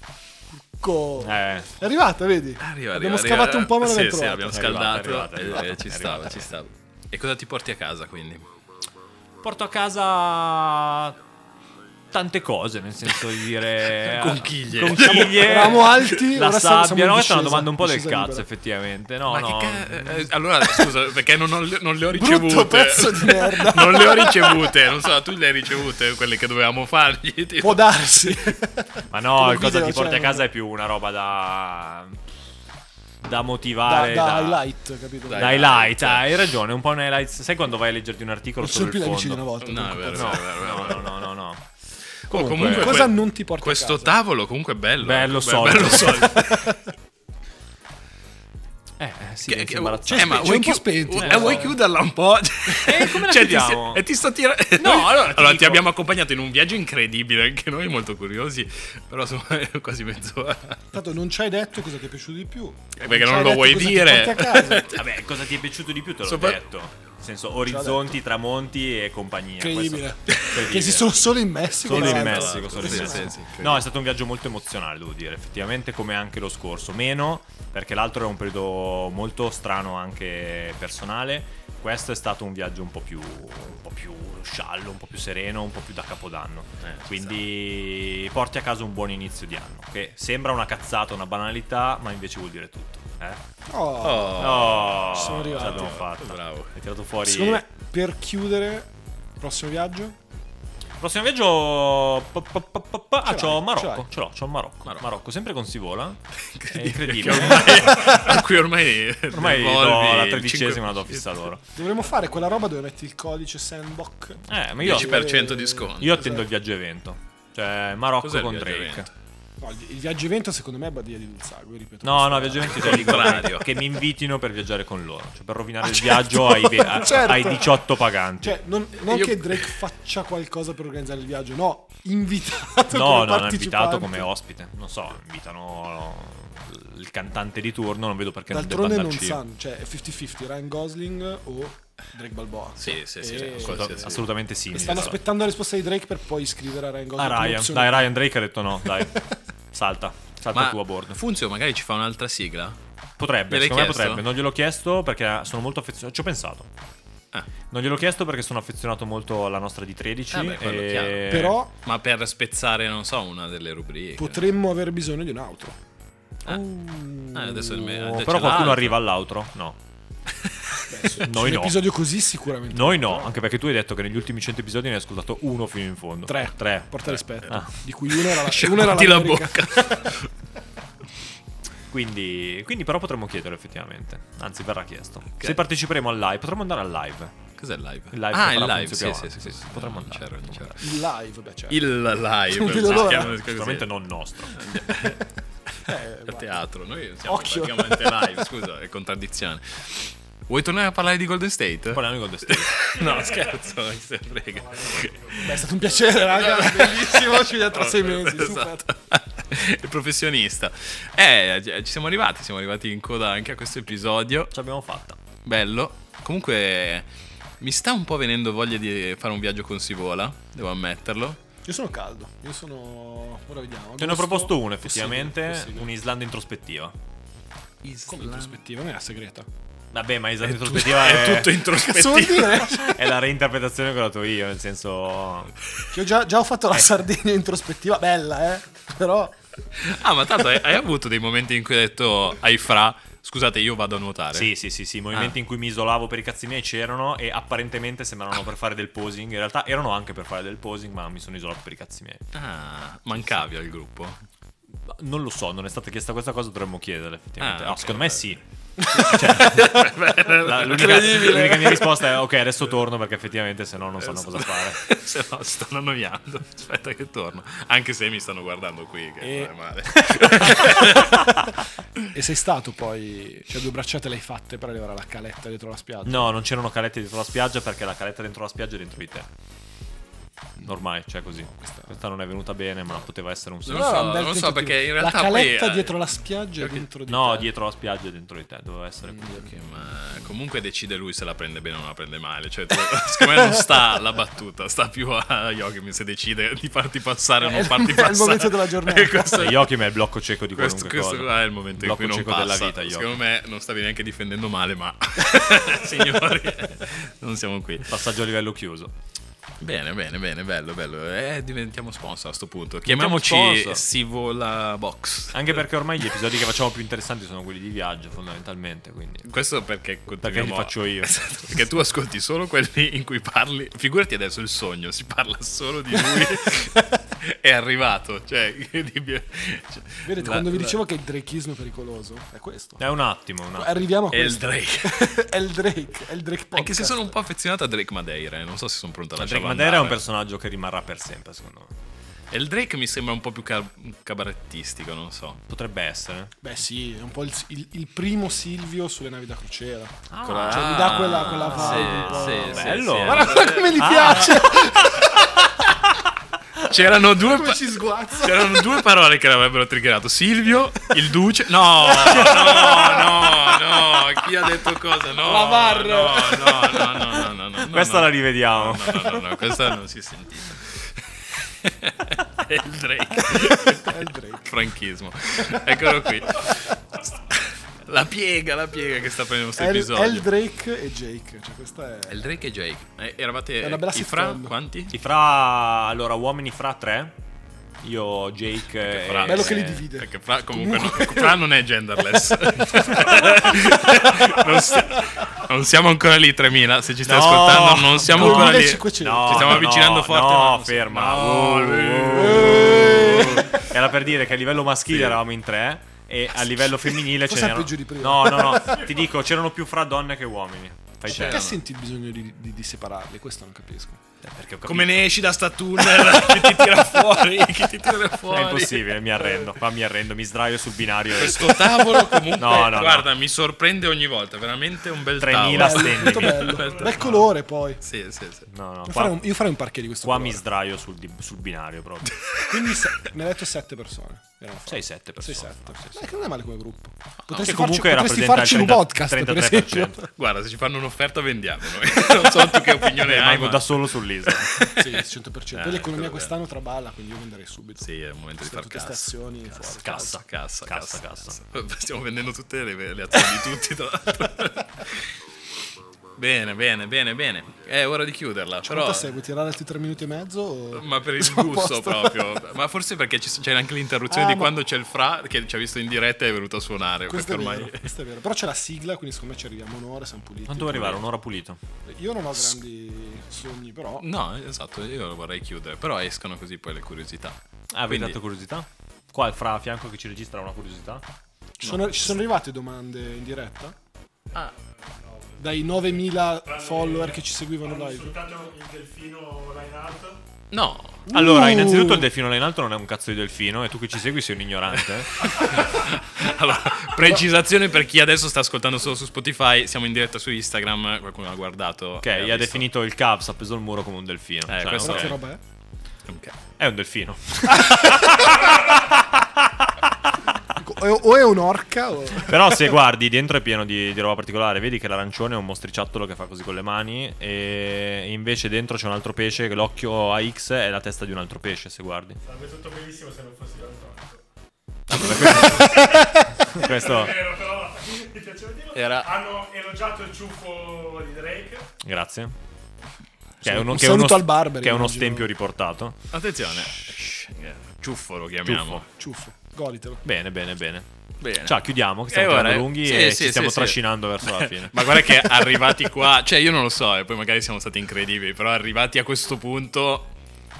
Speaker 2: Co-
Speaker 3: Eh.
Speaker 2: Ecco. È arrivata, vedi?
Speaker 1: Arriva, arriva,
Speaker 2: abbiamo
Speaker 1: arriva.
Speaker 2: scavato un po' ma
Speaker 1: sì,
Speaker 2: l'abbiamo
Speaker 1: sì,
Speaker 2: trovata.
Speaker 1: abbiamo
Speaker 3: È arrivata,
Speaker 1: scaldato
Speaker 3: è arrivata, è
Speaker 1: e-
Speaker 3: arrivata,
Speaker 1: e ci
Speaker 3: è
Speaker 1: stava,
Speaker 3: arrivata.
Speaker 1: ci stava. E cosa ti porti a casa quindi?
Speaker 3: Porto a casa tante cose, nel senso di dire
Speaker 1: Conchiglie.
Speaker 3: Conchiglie.
Speaker 2: Eravamo alti,
Speaker 3: la
Speaker 2: ora siamo- siamo
Speaker 3: sabbia.
Speaker 2: in
Speaker 3: No, questa è
Speaker 2: discesa,
Speaker 3: una domanda un po' del
Speaker 2: discesa
Speaker 3: cazzo,
Speaker 2: libera.
Speaker 3: effettivamente. No,
Speaker 1: Ma
Speaker 3: no.
Speaker 1: che ca- eh, allora scusa perché non, ho- non le ho
Speaker 2: Brutto
Speaker 1: ricevute.
Speaker 2: pezzo di merda.
Speaker 1: non le ho ricevute, non so, tu le hai ricevute quelle che dovevamo fargli. tipo.
Speaker 2: Può darsi.
Speaker 3: Ma
Speaker 2: Come
Speaker 3: no, il cosa
Speaker 2: video,
Speaker 3: ti porti
Speaker 2: cioè,
Speaker 3: a casa è più una roba da da
Speaker 2: da,
Speaker 3: motivare,
Speaker 2: da highlight, capito?
Speaker 1: Dai, cioè.
Speaker 3: da highlight, hai ragione, un po' un highlight. Sai quando vai a leggerti un articolo
Speaker 2: Non sono
Speaker 3: solo
Speaker 2: più
Speaker 3: il
Speaker 2: gli amici di
Speaker 3: fondo?
Speaker 2: una volta.
Speaker 1: No, è
Speaker 2: comunque.
Speaker 1: vero,
Speaker 3: No,
Speaker 1: è vero, è vero.
Speaker 3: no, no, no, no.
Speaker 1: Oh,
Speaker 3: comunque,
Speaker 2: cosa
Speaker 1: que-
Speaker 2: non ti porti a
Speaker 1: Questo
Speaker 2: casa?
Speaker 1: tavolo comunque è bello.
Speaker 3: Bello
Speaker 1: Be-
Speaker 3: solido.
Speaker 1: Bello solido.
Speaker 3: Eh, eh, sì,
Speaker 1: Che-
Speaker 3: è
Speaker 1: che-
Speaker 3: imbarazzante.
Speaker 1: eh, ma
Speaker 2: C'è
Speaker 1: vuoi,
Speaker 2: un po'
Speaker 1: chi-
Speaker 2: spenti,
Speaker 1: eh,
Speaker 2: però.
Speaker 1: vuoi chiuderla un po'?
Speaker 3: Eh, come la
Speaker 1: Cioè, ti
Speaker 3: chiudiamo?
Speaker 1: sti- e ti sto tirando.
Speaker 3: No, allora ti
Speaker 1: allora ti
Speaker 3: dico-
Speaker 1: abbiamo accompagnato in un viaggio incredibile, anche noi molto curiosi. Però insomma, è quasi mezz'ora.
Speaker 2: Tanto non ci hai detto cosa ti è piaciuto di più.
Speaker 3: Eh,
Speaker 1: perché
Speaker 2: ci
Speaker 1: non
Speaker 2: hai
Speaker 1: lo
Speaker 2: detto
Speaker 1: vuoi
Speaker 2: cosa ti
Speaker 1: dire.
Speaker 2: porti a casa.
Speaker 3: Vabbè, cosa ti è piaciuto di più te l'ho
Speaker 1: Sopra-
Speaker 3: detto. Nel senso, orizzonti, tramonti e compagnia.
Speaker 2: Incredibile.
Speaker 3: Questo-
Speaker 2: Che si sono solo in Messico.
Speaker 3: Solo
Speaker 2: tra
Speaker 3: in
Speaker 2: l'altro.
Speaker 3: Messico, solo in
Speaker 1: Sì,
Speaker 3: Messico.
Speaker 1: sì, sì,
Speaker 3: no, è stato un viaggio molto emozionale, devo dire, effettivamente, come anche lo scorso. Meno, perché l'altro era un periodo molto strano anche personale. Questo è stato un viaggio un po' più, un po' più sciallo, un po' più sereno, un po' più da capodanno.
Speaker 1: Eh, ci
Speaker 3: Quindi porti a casa un buon inizio di anno, che sembra una cazzata, una banalità, ma invece vuol dire tutto. Eh?
Speaker 2: Oh.
Speaker 1: Oh,
Speaker 3: Oh,
Speaker 2: sono
Speaker 3: ce
Speaker 2: arrivati.
Speaker 3: l'abbiamo fatta.
Speaker 1: bravo.
Speaker 3: Hai tirato fuori.
Speaker 2: Secondo me, per chiudere, prossimo viaggio.
Speaker 3: Prossimo viaggio. pa- pa- pa- pa- pa- Ah,
Speaker 2: Ce
Speaker 3: c'ho
Speaker 2: l'hai, ce
Speaker 3: Marocco.
Speaker 2: l'hai.
Speaker 3: Ce l'ho, c'ho Marocco.
Speaker 1: Marocco.
Speaker 3: Marocco. sempre con Sivola. È
Speaker 1: Che
Speaker 3: incredibile.
Speaker 1: ormai, a cui ormai.
Speaker 3: Ormai
Speaker 1: devolvi
Speaker 3: do la
Speaker 1: il
Speaker 3: tredicesima,
Speaker 1: cinque-
Speaker 3: la do fissa loro.
Speaker 2: Dovremmo fare quella roba dove metti il codice sandbox.
Speaker 3: Eh, ma io,
Speaker 1: 10% di sconto.
Speaker 3: io attendo il viaggio evento. Cioè, Marocco
Speaker 1: Cos'è il
Speaker 3: con
Speaker 1: viaggio
Speaker 3: Drake.
Speaker 1: evento?
Speaker 2: No, il il viaggio evento, secondo me, è Badia di Dulzago. Ripeto.
Speaker 3: No, no, viaggio evento
Speaker 1: Al
Speaker 3: io dico
Speaker 1: contrario.
Speaker 3: che mi invitino per viaggiare con loro. Cioè, per rovinare il
Speaker 2: certo,
Speaker 3: viaggio ai, ve- a-
Speaker 2: certo.
Speaker 3: ai 18 paganti.
Speaker 2: Cioè, non, non
Speaker 1: Io-
Speaker 2: che Drake faccia qualcosa per organizzare il viaggio, no, invitato come
Speaker 3: no, non hanno
Speaker 2: partecipante.
Speaker 3: invitato come ospite. Non so, invitano eh, il cantante di turno, non vedo perché
Speaker 2: D'altronde
Speaker 3: non
Speaker 2: non
Speaker 3: debba andarci.
Speaker 2: sanno, cioè
Speaker 3: io.
Speaker 2: è 50-50 Ryan Gosling o Drake Balboa.
Speaker 1: Sì, sì, sì,
Speaker 2: E-
Speaker 1: Eh, sì, qualsiasi.
Speaker 3: Assolut- Assolutamente sì.
Speaker 2: E stanno
Speaker 3: esatto.
Speaker 2: aspettando la risposta di Drake per poi iscrivere a Ryan
Speaker 3: Ah,
Speaker 2: Gosling. come
Speaker 3: Ryan.
Speaker 2: opzione.
Speaker 3: Dai, Ryan Drake ha detto no, dai. Salta. Salta
Speaker 1: Ma
Speaker 3: tu a bordo.
Speaker 1: Funzio magari ci fa un'altra sigla?
Speaker 3: Potrebbe,
Speaker 1: Gliel'hai
Speaker 3: secondo me
Speaker 1: chiesto?
Speaker 3: potrebbe. Non gliel'ho chiesto perché sono molto affezionato. Ci ho pensato.
Speaker 1: Ah.
Speaker 3: Non gliel'ho chiesto perché sono affezionato molto alla nostra di 13.
Speaker 1: Ah, beh, quello
Speaker 3: e-
Speaker 1: chiaro.
Speaker 2: Però
Speaker 1: Ma per spezzare, non so, una delle rubriche.
Speaker 2: potremmo aver bisogno di un altro.
Speaker 1: Ah.
Speaker 2: Mm,
Speaker 1: Ah, adesso
Speaker 3: Oh,
Speaker 1: me- già
Speaker 3: però
Speaker 1: c'è
Speaker 3: qualcuno
Speaker 1: l'altro.
Speaker 3: arriva all'altro? No.
Speaker 2: beh, su- su
Speaker 3: Noi
Speaker 2: un
Speaker 3: no.
Speaker 2: episodio così sicuramente.
Speaker 3: Noi no, anche perché tu hai detto che negli ultimi 100 episodi ne hai ascoltato uno fino in fondo.
Speaker 2: Tre.
Speaker 3: Tre.
Speaker 2: Porta rispetto.
Speaker 3: Ah.
Speaker 2: Di cui uno era la Cioè, uno era
Speaker 1: Sciacquati Cioè, la
Speaker 2: l'America.
Speaker 1: bocca.
Speaker 3: Quindi, quindi però potremmo chiederlo effettivamente. Anzi, verrà chiesto. Se parteciperemo al live, potremmo andare al live.
Speaker 1: Cos'è il live?
Speaker 3: Il live
Speaker 1: ah,
Speaker 3: che
Speaker 1: il
Speaker 3: farà
Speaker 1: live, sì,
Speaker 3: Fabrizio
Speaker 1: sì,
Speaker 3: Piovanni,
Speaker 1: sì, sì, sì.
Speaker 3: Potremmo
Speaker 1: No, non
Speaker 3: andare.
Speaker 1: c'era, non c'era.
Speaker 2: Il live, beh, certo.
Speaker 1: Il live,
Speaker 2: Non
Speaker 1: si
Speaker 2: vedo l'ora.
Speaker 1: chiama così.
Speaker 3: Sicuramente non nostro.
Speaker 2: Eh,
Speaker 1: A
Speaker 2: guarda.
Speaker 1: teatro, noi siamo
Speaker 2: Occhio.
Speaker 1: praticamente live, scusa, è contraddizione. Vuoi tornare a parlare di Golden State?
Speaker 3: Parliamo di Golden State.
Speaker 1: no, scherzo, non se frega.
Speaker 2: Beh, è stato un piacere, raga. Ah,
Speaker 3: Esatto.
Speaker 2: Bellissimo, ci vediamo tra sei mesi.
Speaker 1: Esatto.
Speaker 2: super.
Speaker 1: Il professionista. Eh, ci siamo arrivati, siamo arrivati in coda anche a questo episodio.
Speaker 3: Ce l'abbiamo fatta.
Speaker 1: Bello. Comunque mi sta un po' venendo voglia di fare un viaggio con Sivola, devo ammetterlo.
Speaker 2: Io sono caldo. Io sono. Ora vediamo.
Speaker 3: Te ne ho
Speaker 2: agosto.
Speaker 3: proposto
Speaker 2: Possibile,
Speaker 3: uno effettivamente,
Speaker 2: possibile.
Speaker 3: un'Islanda introspettiva.
Speaker 2: Come prospettiva? Non è la segreta.
Speaker 3: Vabbè, ma Islanda
Speaker 1: tut-
Speaker 3: introspettiva
Speaker 1: è
Speaker 3: è,
Speaker 1: tutto
Speaker 2: Cazzo vuol
Speaker 1: introspettivo.
Speaker 2: dire?
Speaker 3: è la reinterpretazione che ho dato io, nel senso...
Speaker 2: Che ho già, già ho
Speaker 1: Eh.
Speaker 2: fatto la Sardegna introspettiva, bella, eh. Però
Speaker 1: Ah, ma tanto hai, hai avuto dei momenti in cui hai detto ai fra, scusate, io vado a nuotare.
Speaker 3: Sì, sì, sì, sì, i movimenti
Speaker 1: Ah.
Speaker 3: in cui mi isolavo per i cazzi miei c'erano e apparentemente sembravano per fare del posing, in realtà erano anche per fare del posing, ma mi sono isolato per i cazzi miei.
Speaker 1: Ah, mancavi al gruppo.
Speaker 3: Ma Non lo so, non è stata chiesta questa cosa, dovremmo chiederla effettivamente.
Speaker 1: Ah,
Speaker 3: Ah,
Speaker 1: ok,
Speaker 3: secondo me
Speaker 1: vabbè.
Speaker 3: sì. Cioè, la- l'unica, l'unica mia risposta è ok, adesso torno perché effettivamente se no
Speaker 1: Eh,
Speaker 3: non sanno cosa fare.
Speaker 1: Se no, stanno annoiando. Aspetta che torno. Anche se mi stanno guardando qui, che
Speaker 2: E-
Speaker 1: non è male.
Speaker 2: E sei stato poi. Cioè, due bracciate le hai fatte per arrivare alla caletta dietro la spiaggia.
Speaker 3: No, non c'erano calette dentro la spiaggia perché la caletta dentro la spiaggia è dentro di te. normale, cioè così. Questa, non è venuta bene, ma poteva essere un
Speaker 1: Non
Speaker 3: segno.
Speaker 1: so,
Speaker 2: un bel
Speaker 1: non so,
Speaker 2: tentativo.
Speaker 1: perché in realtà
Speaker 2: La
Speaker 1: poi eh,
Speaker 2: caletta
Speaker 1: è-
Speaker 2: dietro la spiaggia e dentro di
Speaker 3: No,
Speaker 2: te.
Speaker 3: dietro la spiaggia dentro di te, doveva essere così.
Speaker 1: Ok, ma comunque decide lui se la prende bene o non la prende male. Cioè, tu- secondo me non sta alla battuta, sta più a Yogimi se decide di farti passare o non
Speaker 2: È- è
Speaker 1: farti
Speaker 2: il
Speaker 1: passare.
Speaker 2: momento della giornata.
Speaker 1: E questo,
Speaker 3: Cioè, Yokim è il blocco cieco di
Speaker 1: questo-
Speaker 3: qualunque
Speaker 1: questo
Speaker 3: cosa.
Speaker 1: qua è il momento in
Speaker 3: blocco
Speaker 1: cui non
Speaker 3: cieco
Speaker 1: passa.
Speaker 3: della vita, Joachim.
Speaker 1: secondo me non stavi neanche difendendo male, ma signori, non siamo qui.
Speaker 3: Passaggio a livello chiuso.
Speaker 1: Bene, bene, bene, bello, bello. Eh, diventiamo sponsor a sto punto. Chiamiamoci
Speaker 3: sponsor.
Speaker 1: Sivola Box.
Speaker 3: Anche perché ormai gli episodi che facciamo più interessanti sono quelli di viaggio, fondamentalmente, quindi
Speaker 1: Questo perché continuiamo
Speaker 3: li faccio io.
Speaker 1: Esatto, perché tu ascolti solo quelli in cui parli. Figurati adesso il sogno, si parla solo di lui. è arrivato. Cioè, incredibile. Cioè,
Speaker 2: Vedete,
Speaker 1: la-
Speaker 2: quando vi
Speaker 1: la-
Speaker 2: dicevo che il drakeismo è pericoloso, è questo.
Speaker 3: è un attimo, un attimo.
Speaker 2: Arriviamo a
Speaker 1: È il
Speaker 2: questo.
Speaker 1: Drake.
Speaker 2: è il Drake, è il Drake podcast.
Speaker 1: Anche se sono un po' affezionato a Drake Madeira, eh, non so se sono pronto a
Speaker 3: Ma
Speaker 1: lasciarlo
Speaker 3: Drake Madeira è un
Speaker 1: andare.
Speaker 3: personaggio che rimarrà per sempre, secondo me.
Speaker 1: E il Drake mi sembra un po' più ca- cabarettistico, non so.
Speaker 3: Potrebbe essere.
Speaker 2: Beh sì, è un po' il, il- il primo Silvio sulle navi da crociera.
Speaker 1: Con-
Speaker 2: Cioè, mi dà quella- quella vibe un
Speaker 1: Ah. sì, Ah.
Speaker 2: po'-
Speaker 1: sì, sì,
Speaker 3: Bello.
Speaker 1: sì.
Speaker 2: Guarda come gli piace,
Speaker 1: C'erano due
Speaker 2: come
Speaker 1: pa-
Speaker 2: ci sguazza.
Speaker 1: C'erano due parole che l'avrebbero triggerato: Silvio, il duce. No, no, no, no. Chi ha detto cosa? No,
Speaker 2: Lavarro.
Speaker 1: No, no, no, no, no, no, no.
Speaker 3: Questa
Speaker 1: no.
Speaker 3: la rivediamo.
Speaker 1: No, no, no, no, questa non si è sentita. È il Drake.
Speaker 2: È il Drake.
Speaker 1: Franchismo. Eccolo qui. La piega, la piega che sta prendendo questo
Speaker 2: È il, è il
Speaker 1: episodio.
Speaker 2: Drake e Jake, cioè questa è...
Speaker 1: È il Drake e Jake. Eh, eravate
Speaker 2: È una bella
Speaker 1: i fra?
Speaker 2: sitcom.
Speaker 1: Quanti?
Speaker 3: I fra allora uomini fra tre. Io Jake
Speaker 1: Fra-
Speaker 3: e-
Speaker 2: Bello che li divide.
Speaker 1: Perché Fra comunque no, Fra non è genderless. non, si- non siamo ancora lì 3000, se ci stai
Speaker 3: No,
Speaker 1: ascoltando non siamo
Speaker 2: no.
Speaker 1: ancora lì.
Speaker 2: 2500.
Speaker 3: No,
Speaker 1: Ci stiamo
Speaker 3: no,
Speaker 1: avvicinando forte, ma
Speaker 3: No,
Speaker 1: non so-
Speaker 3: ferma.
Speaker 1: No,
Speaker 3: Uh, uh,
Speaker 2: Eh,
Speaker 3: Era per dire che a livello maschile eravamo in tre e a livello femminile
Speaker 2: Forse
Speaker 3: ce
Speaker 2: è
Speaker 3: n'erano.
Speaker 2: peggio di prima.
Speaker 3: No, no, no. Ti dico, c'erano più fra donne che uomini. Fai
Speaker 1: cioè,
Speaker 3: te.
Speaker 2: Perché senti il bisogno di, di- di separarli? Questo non capisco.
Speaker 3: Perché ho capito.
Speaker 1: Come ne esci da sta tunnel che ti tira fuori, che ti tira
Speaker 3: È
Speaker 1: fuori.
Speaker 3: impossibile, mi arrendo. Qua mi arrendo, mi sdraio sul binario. e-
Speaker 1: Questo tavolo comunque
Speaker 3: No, no,
Speaker 1: guarda, mi sorprende ogni volta, veramente un bel
Speaker 3: 3000
Speaker 1: tavolo.
Speaker 3: stelle.
Speaker 2: molto bello. Bel colore poi.
Speaker 1: Sì, sì, sì.
Speaker 3: No, no.
Speaker 2: Io farei,
Speaker 3: Qua,
Speaker 2: un, io farei un parquet di questo
Speaker 3: qua mi
Speaker 2: colore.
Speaker 3: sdraio sul, di- sul binario proprio.
Speaker 2: Quindi se- mi ha detto sette persone. erano fra.
Speaker 3: 6-7 persone.
Speaker 2: Sei sette. Ma che non è male come gruppo.
Speaker 3: Che
Speaker 2: Potresti
Speaker 3: comunque
Speaker 2: farci, potresti
Speaker 3: rappresenta il
Speaker 2: farci un podcast,
Speaker 3: 30
Speaker 2: per esempio.
Speaker 3: 33%.
Speaker 1: Guarda, se ci fanno un'offerta vendiamo noi. Non so tu che opinione hai,
Speaker 3: Rimango
Speaker 1: ma
Speaker 3: da solo sull'isola.
Speaker 2: Sì, 100%. Poi
Speaker 1: Eh, quello
Speaker 2: l'economia
Speaker 1: è
Speaker 2: quest'anno traballa, quindi io venderei subito.
Speaker 1: Sì, è il momento di far
Speaker 2: Sono tutte
Speaker 1: cassa.
Speaker 2: stazioni fuori.
Speaker 3: Cassa,
Speaker 1: cassa,
Speaker 3: cassa,
Speaker 1: cassa,
Speaker 3: cassa.
Speaker 1: cassa. Stiamo vendendo tutte le, le azioni di tutti. tra l'altro. bene, bene, bene, bene. È ora di chiuderla. Però,
Speaker 2: Cioè, Quanto sei? Vuoi tirare altri 3 minuti e mezzo? o-
Speaker 1: ma per il
Speaker 2: Siamo a
Speaker 1: gusto
Speaker 2: posto?
Speaker 1: proprio. Ma forse perché ci- c'è anche l'interruzione
Speaker 2: Ah,
Speaker 1: di
Speaker 2: ma-
Speaker 1: quando c'è il fra che ci ha visto in diretta e è venuto a suonare.
Speaker 2: Questo è,
Speaker 1: perché
Speaker 2: vero,
Speaker 1: ormai
Speaker 2: questo è vero. Però c'è la sigla, quindi secondo me ci arriviamo un'ora, siamo puliti.
Speaker 3: Quanto vuoi arrivare? Un'ora pulito.
Speaker 2: Io non ho grandi sogni, però...
Speaker 1: No, esatto, io lo vorrei chiudere, però escono così poi le curiosità.
Speaker 3: Ah, avevi
Speaker 1: Quindi-
Speaker 3: dato curiosità? Qua il fra a fianco che ci registra una curiosità?
Speaker 2: Ci sono, ci sono arrivate domande in diretta?
Speaker 1: Ah,
Speaker 2: Dai 9000 follower che ci seguivano live?
Speaker 5: Soltanto il delfino line art.
Speaker 1: no,
Speaker 3: Allora, innanzitutto il delfino là in alto non è un cazzo di delfino e tu che ci segui sei un ignorante.
Speaker 1: Allora, precisazione per chi adesso sta ascoltando solo su Spotify, siamo in diretta su Instagram, qualcuno l'ha guardato.
Speaker 3: Ok, gli ha definito il Cavs, ha preso il muro come un delfino.
Speaker 1: Eh, questo
Speaker 2: Però
Speaker 3: non
Speaker 1: ok.
Speaker 2: che
Speaker 3: so.
Speaker 2: roba è?
Speaker 3: È un delfino.
Speaker 2: Dico, O o è un'orca o...
Speaker 3: Però se guardi dentro è pieno di, di roba particolare, vedi che l'arancione è un mostriciattolo che fa così con le mani e invece dentro c'è un altro pesce che l'occhio AX è la testa di un altro pesce se guardi.
Speaker 5: Sarebbe tutto bellissimo se non fossi Antonio.
Speaker 3: Questo
Speaker 5: Vero, però mi piaceva dirlo.
Speaker 1: Era-
Speaker 5: Hanno elogiato il ciuffo di Drake.
Speaker 3: grazie. Che è
Speaker 2: Un
Speaker 3: che è
Speaker 2: saluto
Speaker 3: uno-
Speaker 2: al Barberi,
Speaker 3: Che è uno
Speaker 2: immagino.
Speaker 3: stempio riportato.
Speaker 1: Attenzione. Ciuffo lo chiamiamo.
Speaker 3: Ciuffo.
Speaker 2: Ciuffo, goditelo.
Speaker 3: Bene, bene, bene.
Speaker 1: Bene.
Speaker 3: Ciao, chiudiamo. Che stiamo
Speaker 1: Eh, ora,
Speaker 3: tirando
Speaker 1: eh.
Speaker 3: lunghi
Speaker 1: Sì,
Speaker 3: e
Speaker 1: sì,
Speaker 3: ci stiamo
Speaker 1: sì,
Speaker 3: trascinando verso la fine.
Speaker 1: Ma guarda che arrivati qua, cioè io non lo so, e poi magari siamo stati incredibili, però arrivati a questo punto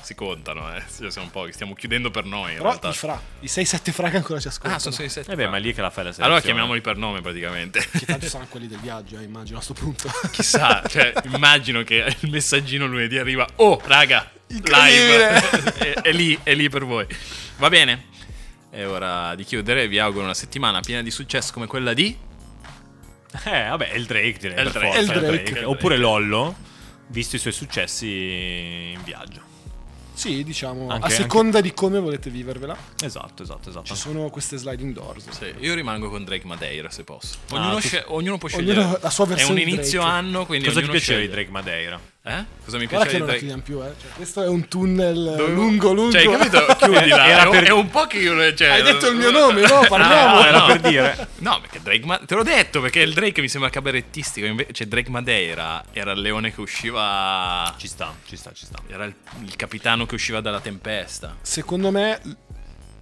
Speaker 1: si contano, eh. Cioè, siamo un po' che stiamo chiudendo per noi in
Speaker 2: Però
Speaker 1: realtà.
Speaker 2: i fra, i 6-7 fra che ancora ci ascoltano.
Speaker 1: Ah, sono 6 7.
Speaker 3: E Eh beh, ma è lì che la fai la selezione.
Speaker 1: Allora chiamiamoli per nome praticamente.
Speaker 2: Che tanto saranno quelli del viaggio, eh, immagino, a sto punto.
Speaker 1: Chissà, cioè, immagino che il messaggino lunedì arriva. Oh, raga,
Speaker 2: Incredibile!"
Speaker 1: live. è, è lì, è lì per voi. Va bene. È ora di chiudere. Vi auguro una settimana piena di successo come quella di.
Speaker 3: Eh, vabbè, è il Drake direi.
Speaker 1: È il
Speaker 3: per
Speaker 1: Drake.
Speaker 3: forza,
Speaker 2: È il Drake.
Speaker 1: È il
Speaker 3: Oppure Lollo, visto i suoi successi in viaggio.
Speaker 2: Sì, diciamo,
Speaker 3: Anche-
Speaker 2: a seconda di come volete vivervela,
Speaker 3: Esatto, esatto, esatto.
Speaker 2: ci sono queste sliding doors.
Speaker 1: Sì, io rimango con Drake Madeira se posso.
Speaker 3: Ah,
Speaker 1: Ognuno,
Speaker 3: tu-
Speaker 1: sce- ognuno può
Speaker 2: ognuno
Speaker 1: scegliere.
Speaker 2: la sua versione
Speaker 1: È un
Speaker 2: di
Speaker 1: inizio
Speaker 2: Drake.
Speaker 1: anno, quindi
Speaker 3: Cosa ti
Speaker 1: ognuno
Speaker 3: piaceva di
Speaker 1: sceglie.
Speaker 3: Drake Madeira?
Speaker 1: Eh? Cosa mi piaceva
Speaker 2: Guarda che
Speaker 1: di
Speaker 2: non la
Speaker 1: Drake?
Speaker 2: finiamo più, eh. Cioè, questo è un tunnel
Speaker 1: Dovevo-
Speaker 2: lungo, lungo.
Speaker 1: Cioè, hai capito? Chiudila.
Speaker 3: Era
Speaker 1: Era
Speaker 3: per-
Speaker 1: È un po' che io. le- Cioè,
Speaker 2: Hai detto il mio nome, no? Parliamo.
Speaker 1: No,
Speaker 3: era
Speaker 1: no.
Speaker 3: per dire.
Speaker 1: No, perché Drake. Ma- te l'ho detto perché il Drake mi sembra cabarettistico. Invece Drake Madeira era il leone che usciva.
Speaker 3: Ci sta, ci sta, ci sta.
Speaker 1: Era il, il capitano che usciva dalla tempesta.
Speaker 2: Secondo me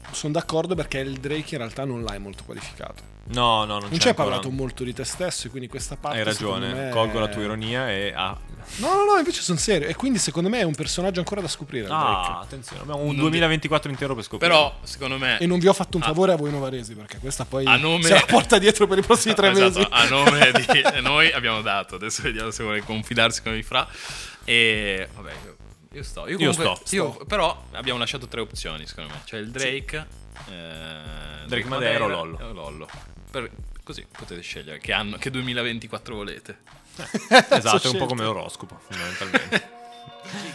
Speaker 2: sono d'accordo perché il Drake in realtà non l'hai molto qualificato.
Speaker 3: No, no, non,
Speaker 2: Non ci
Speaker 3: c'è
Speaker 2: hai
Speaker 3: ancora.
Speaker 2: parlato molto di te stesso, e quindi questa parte.
Speaker 3: Hai ragione,
Speaker 2: secondo me,
Speaker 3: colgo la tua ironia e... Ah,
Speaker 2: No, no, no, invece sono serio. E quindi secondo me è un personaggio ancora da scoprire. il
Speaker 3: Ah,
Speaker 2: Drake.
Speaker 3: attenzione, abbiamo un
Speaker 1: Non di-
Speaker 3: 2024 intero per scoprire.
Speaker 1: Però, secondo me.
Speaker 2: E non vi ho fatto un
Speaker 1: Ah.
Speaker 2: favore a voi novaresi perché questa poi
Speaker 1: A nome-
Speaker 2: se la porta dietro per i prossimi tre
Speaker 1: Esatto,
Speaker 2: mesi.
Speaker 1: a nome di noi abbiamo dato. Adesso vediamo se vuole confidarsi con i fra. E vabbè, io, io sto. Io,
Speaker 3: Io
Speaker 1: comunque-
Speaker 3: sto,
Speaker 1: io- Però abbiamo lasciato tre opzioni, secondo me. Cioè il Drake, eh,
Speaker 3: Drake Madeira o Lollo.
Speaker 1: e Lollo. Per- così potete scegliere che, anno, che 2024 volete.
Speaker 3: Esatto, è un
Speaker 2: scelta.
Speaker 3: po' come l'oroscopo, fondamentalmente.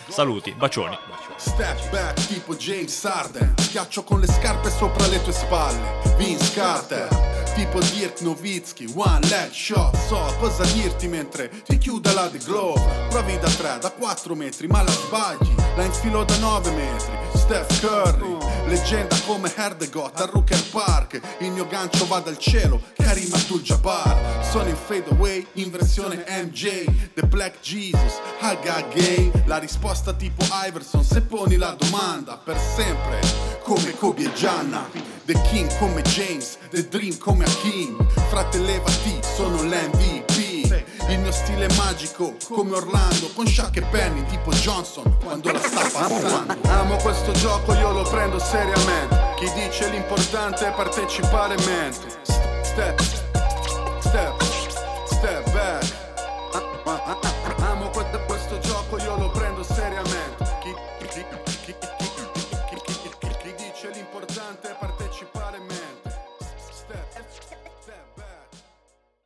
Speaker 3: Saluti, bacioni.
Speaker 4: Step back tipo James Sarden Schiaccio con le scarpe sopra le tue spalle Vince Carter Tipo Dirk Nowitzki One leg shot So cosa dirti mentre ti chiuda la The Globe Provi da 3, da 4 metri ma la sbagli La infilo da 9 metri Steph Curry Leggenda come Herdegot a Rooker Park Il mio gancio va dal cielo Karim Abdul-Jabbar Sono in fade away in versione MJ The Black Jesus Haga gay La risposta tipo Iverson se poni la domanda Per sempre come Kobe e Gianna The King come James The Dream come Hakim Frate levati sono l'MVP il mio stile è magico, come Orlando, con Shaq e Penny, tipo Johnson, quando la sta passando. Amo questo gioco, io lo prendo seriamente. Chi dice l'importante è partecipare mente. Step, step, step.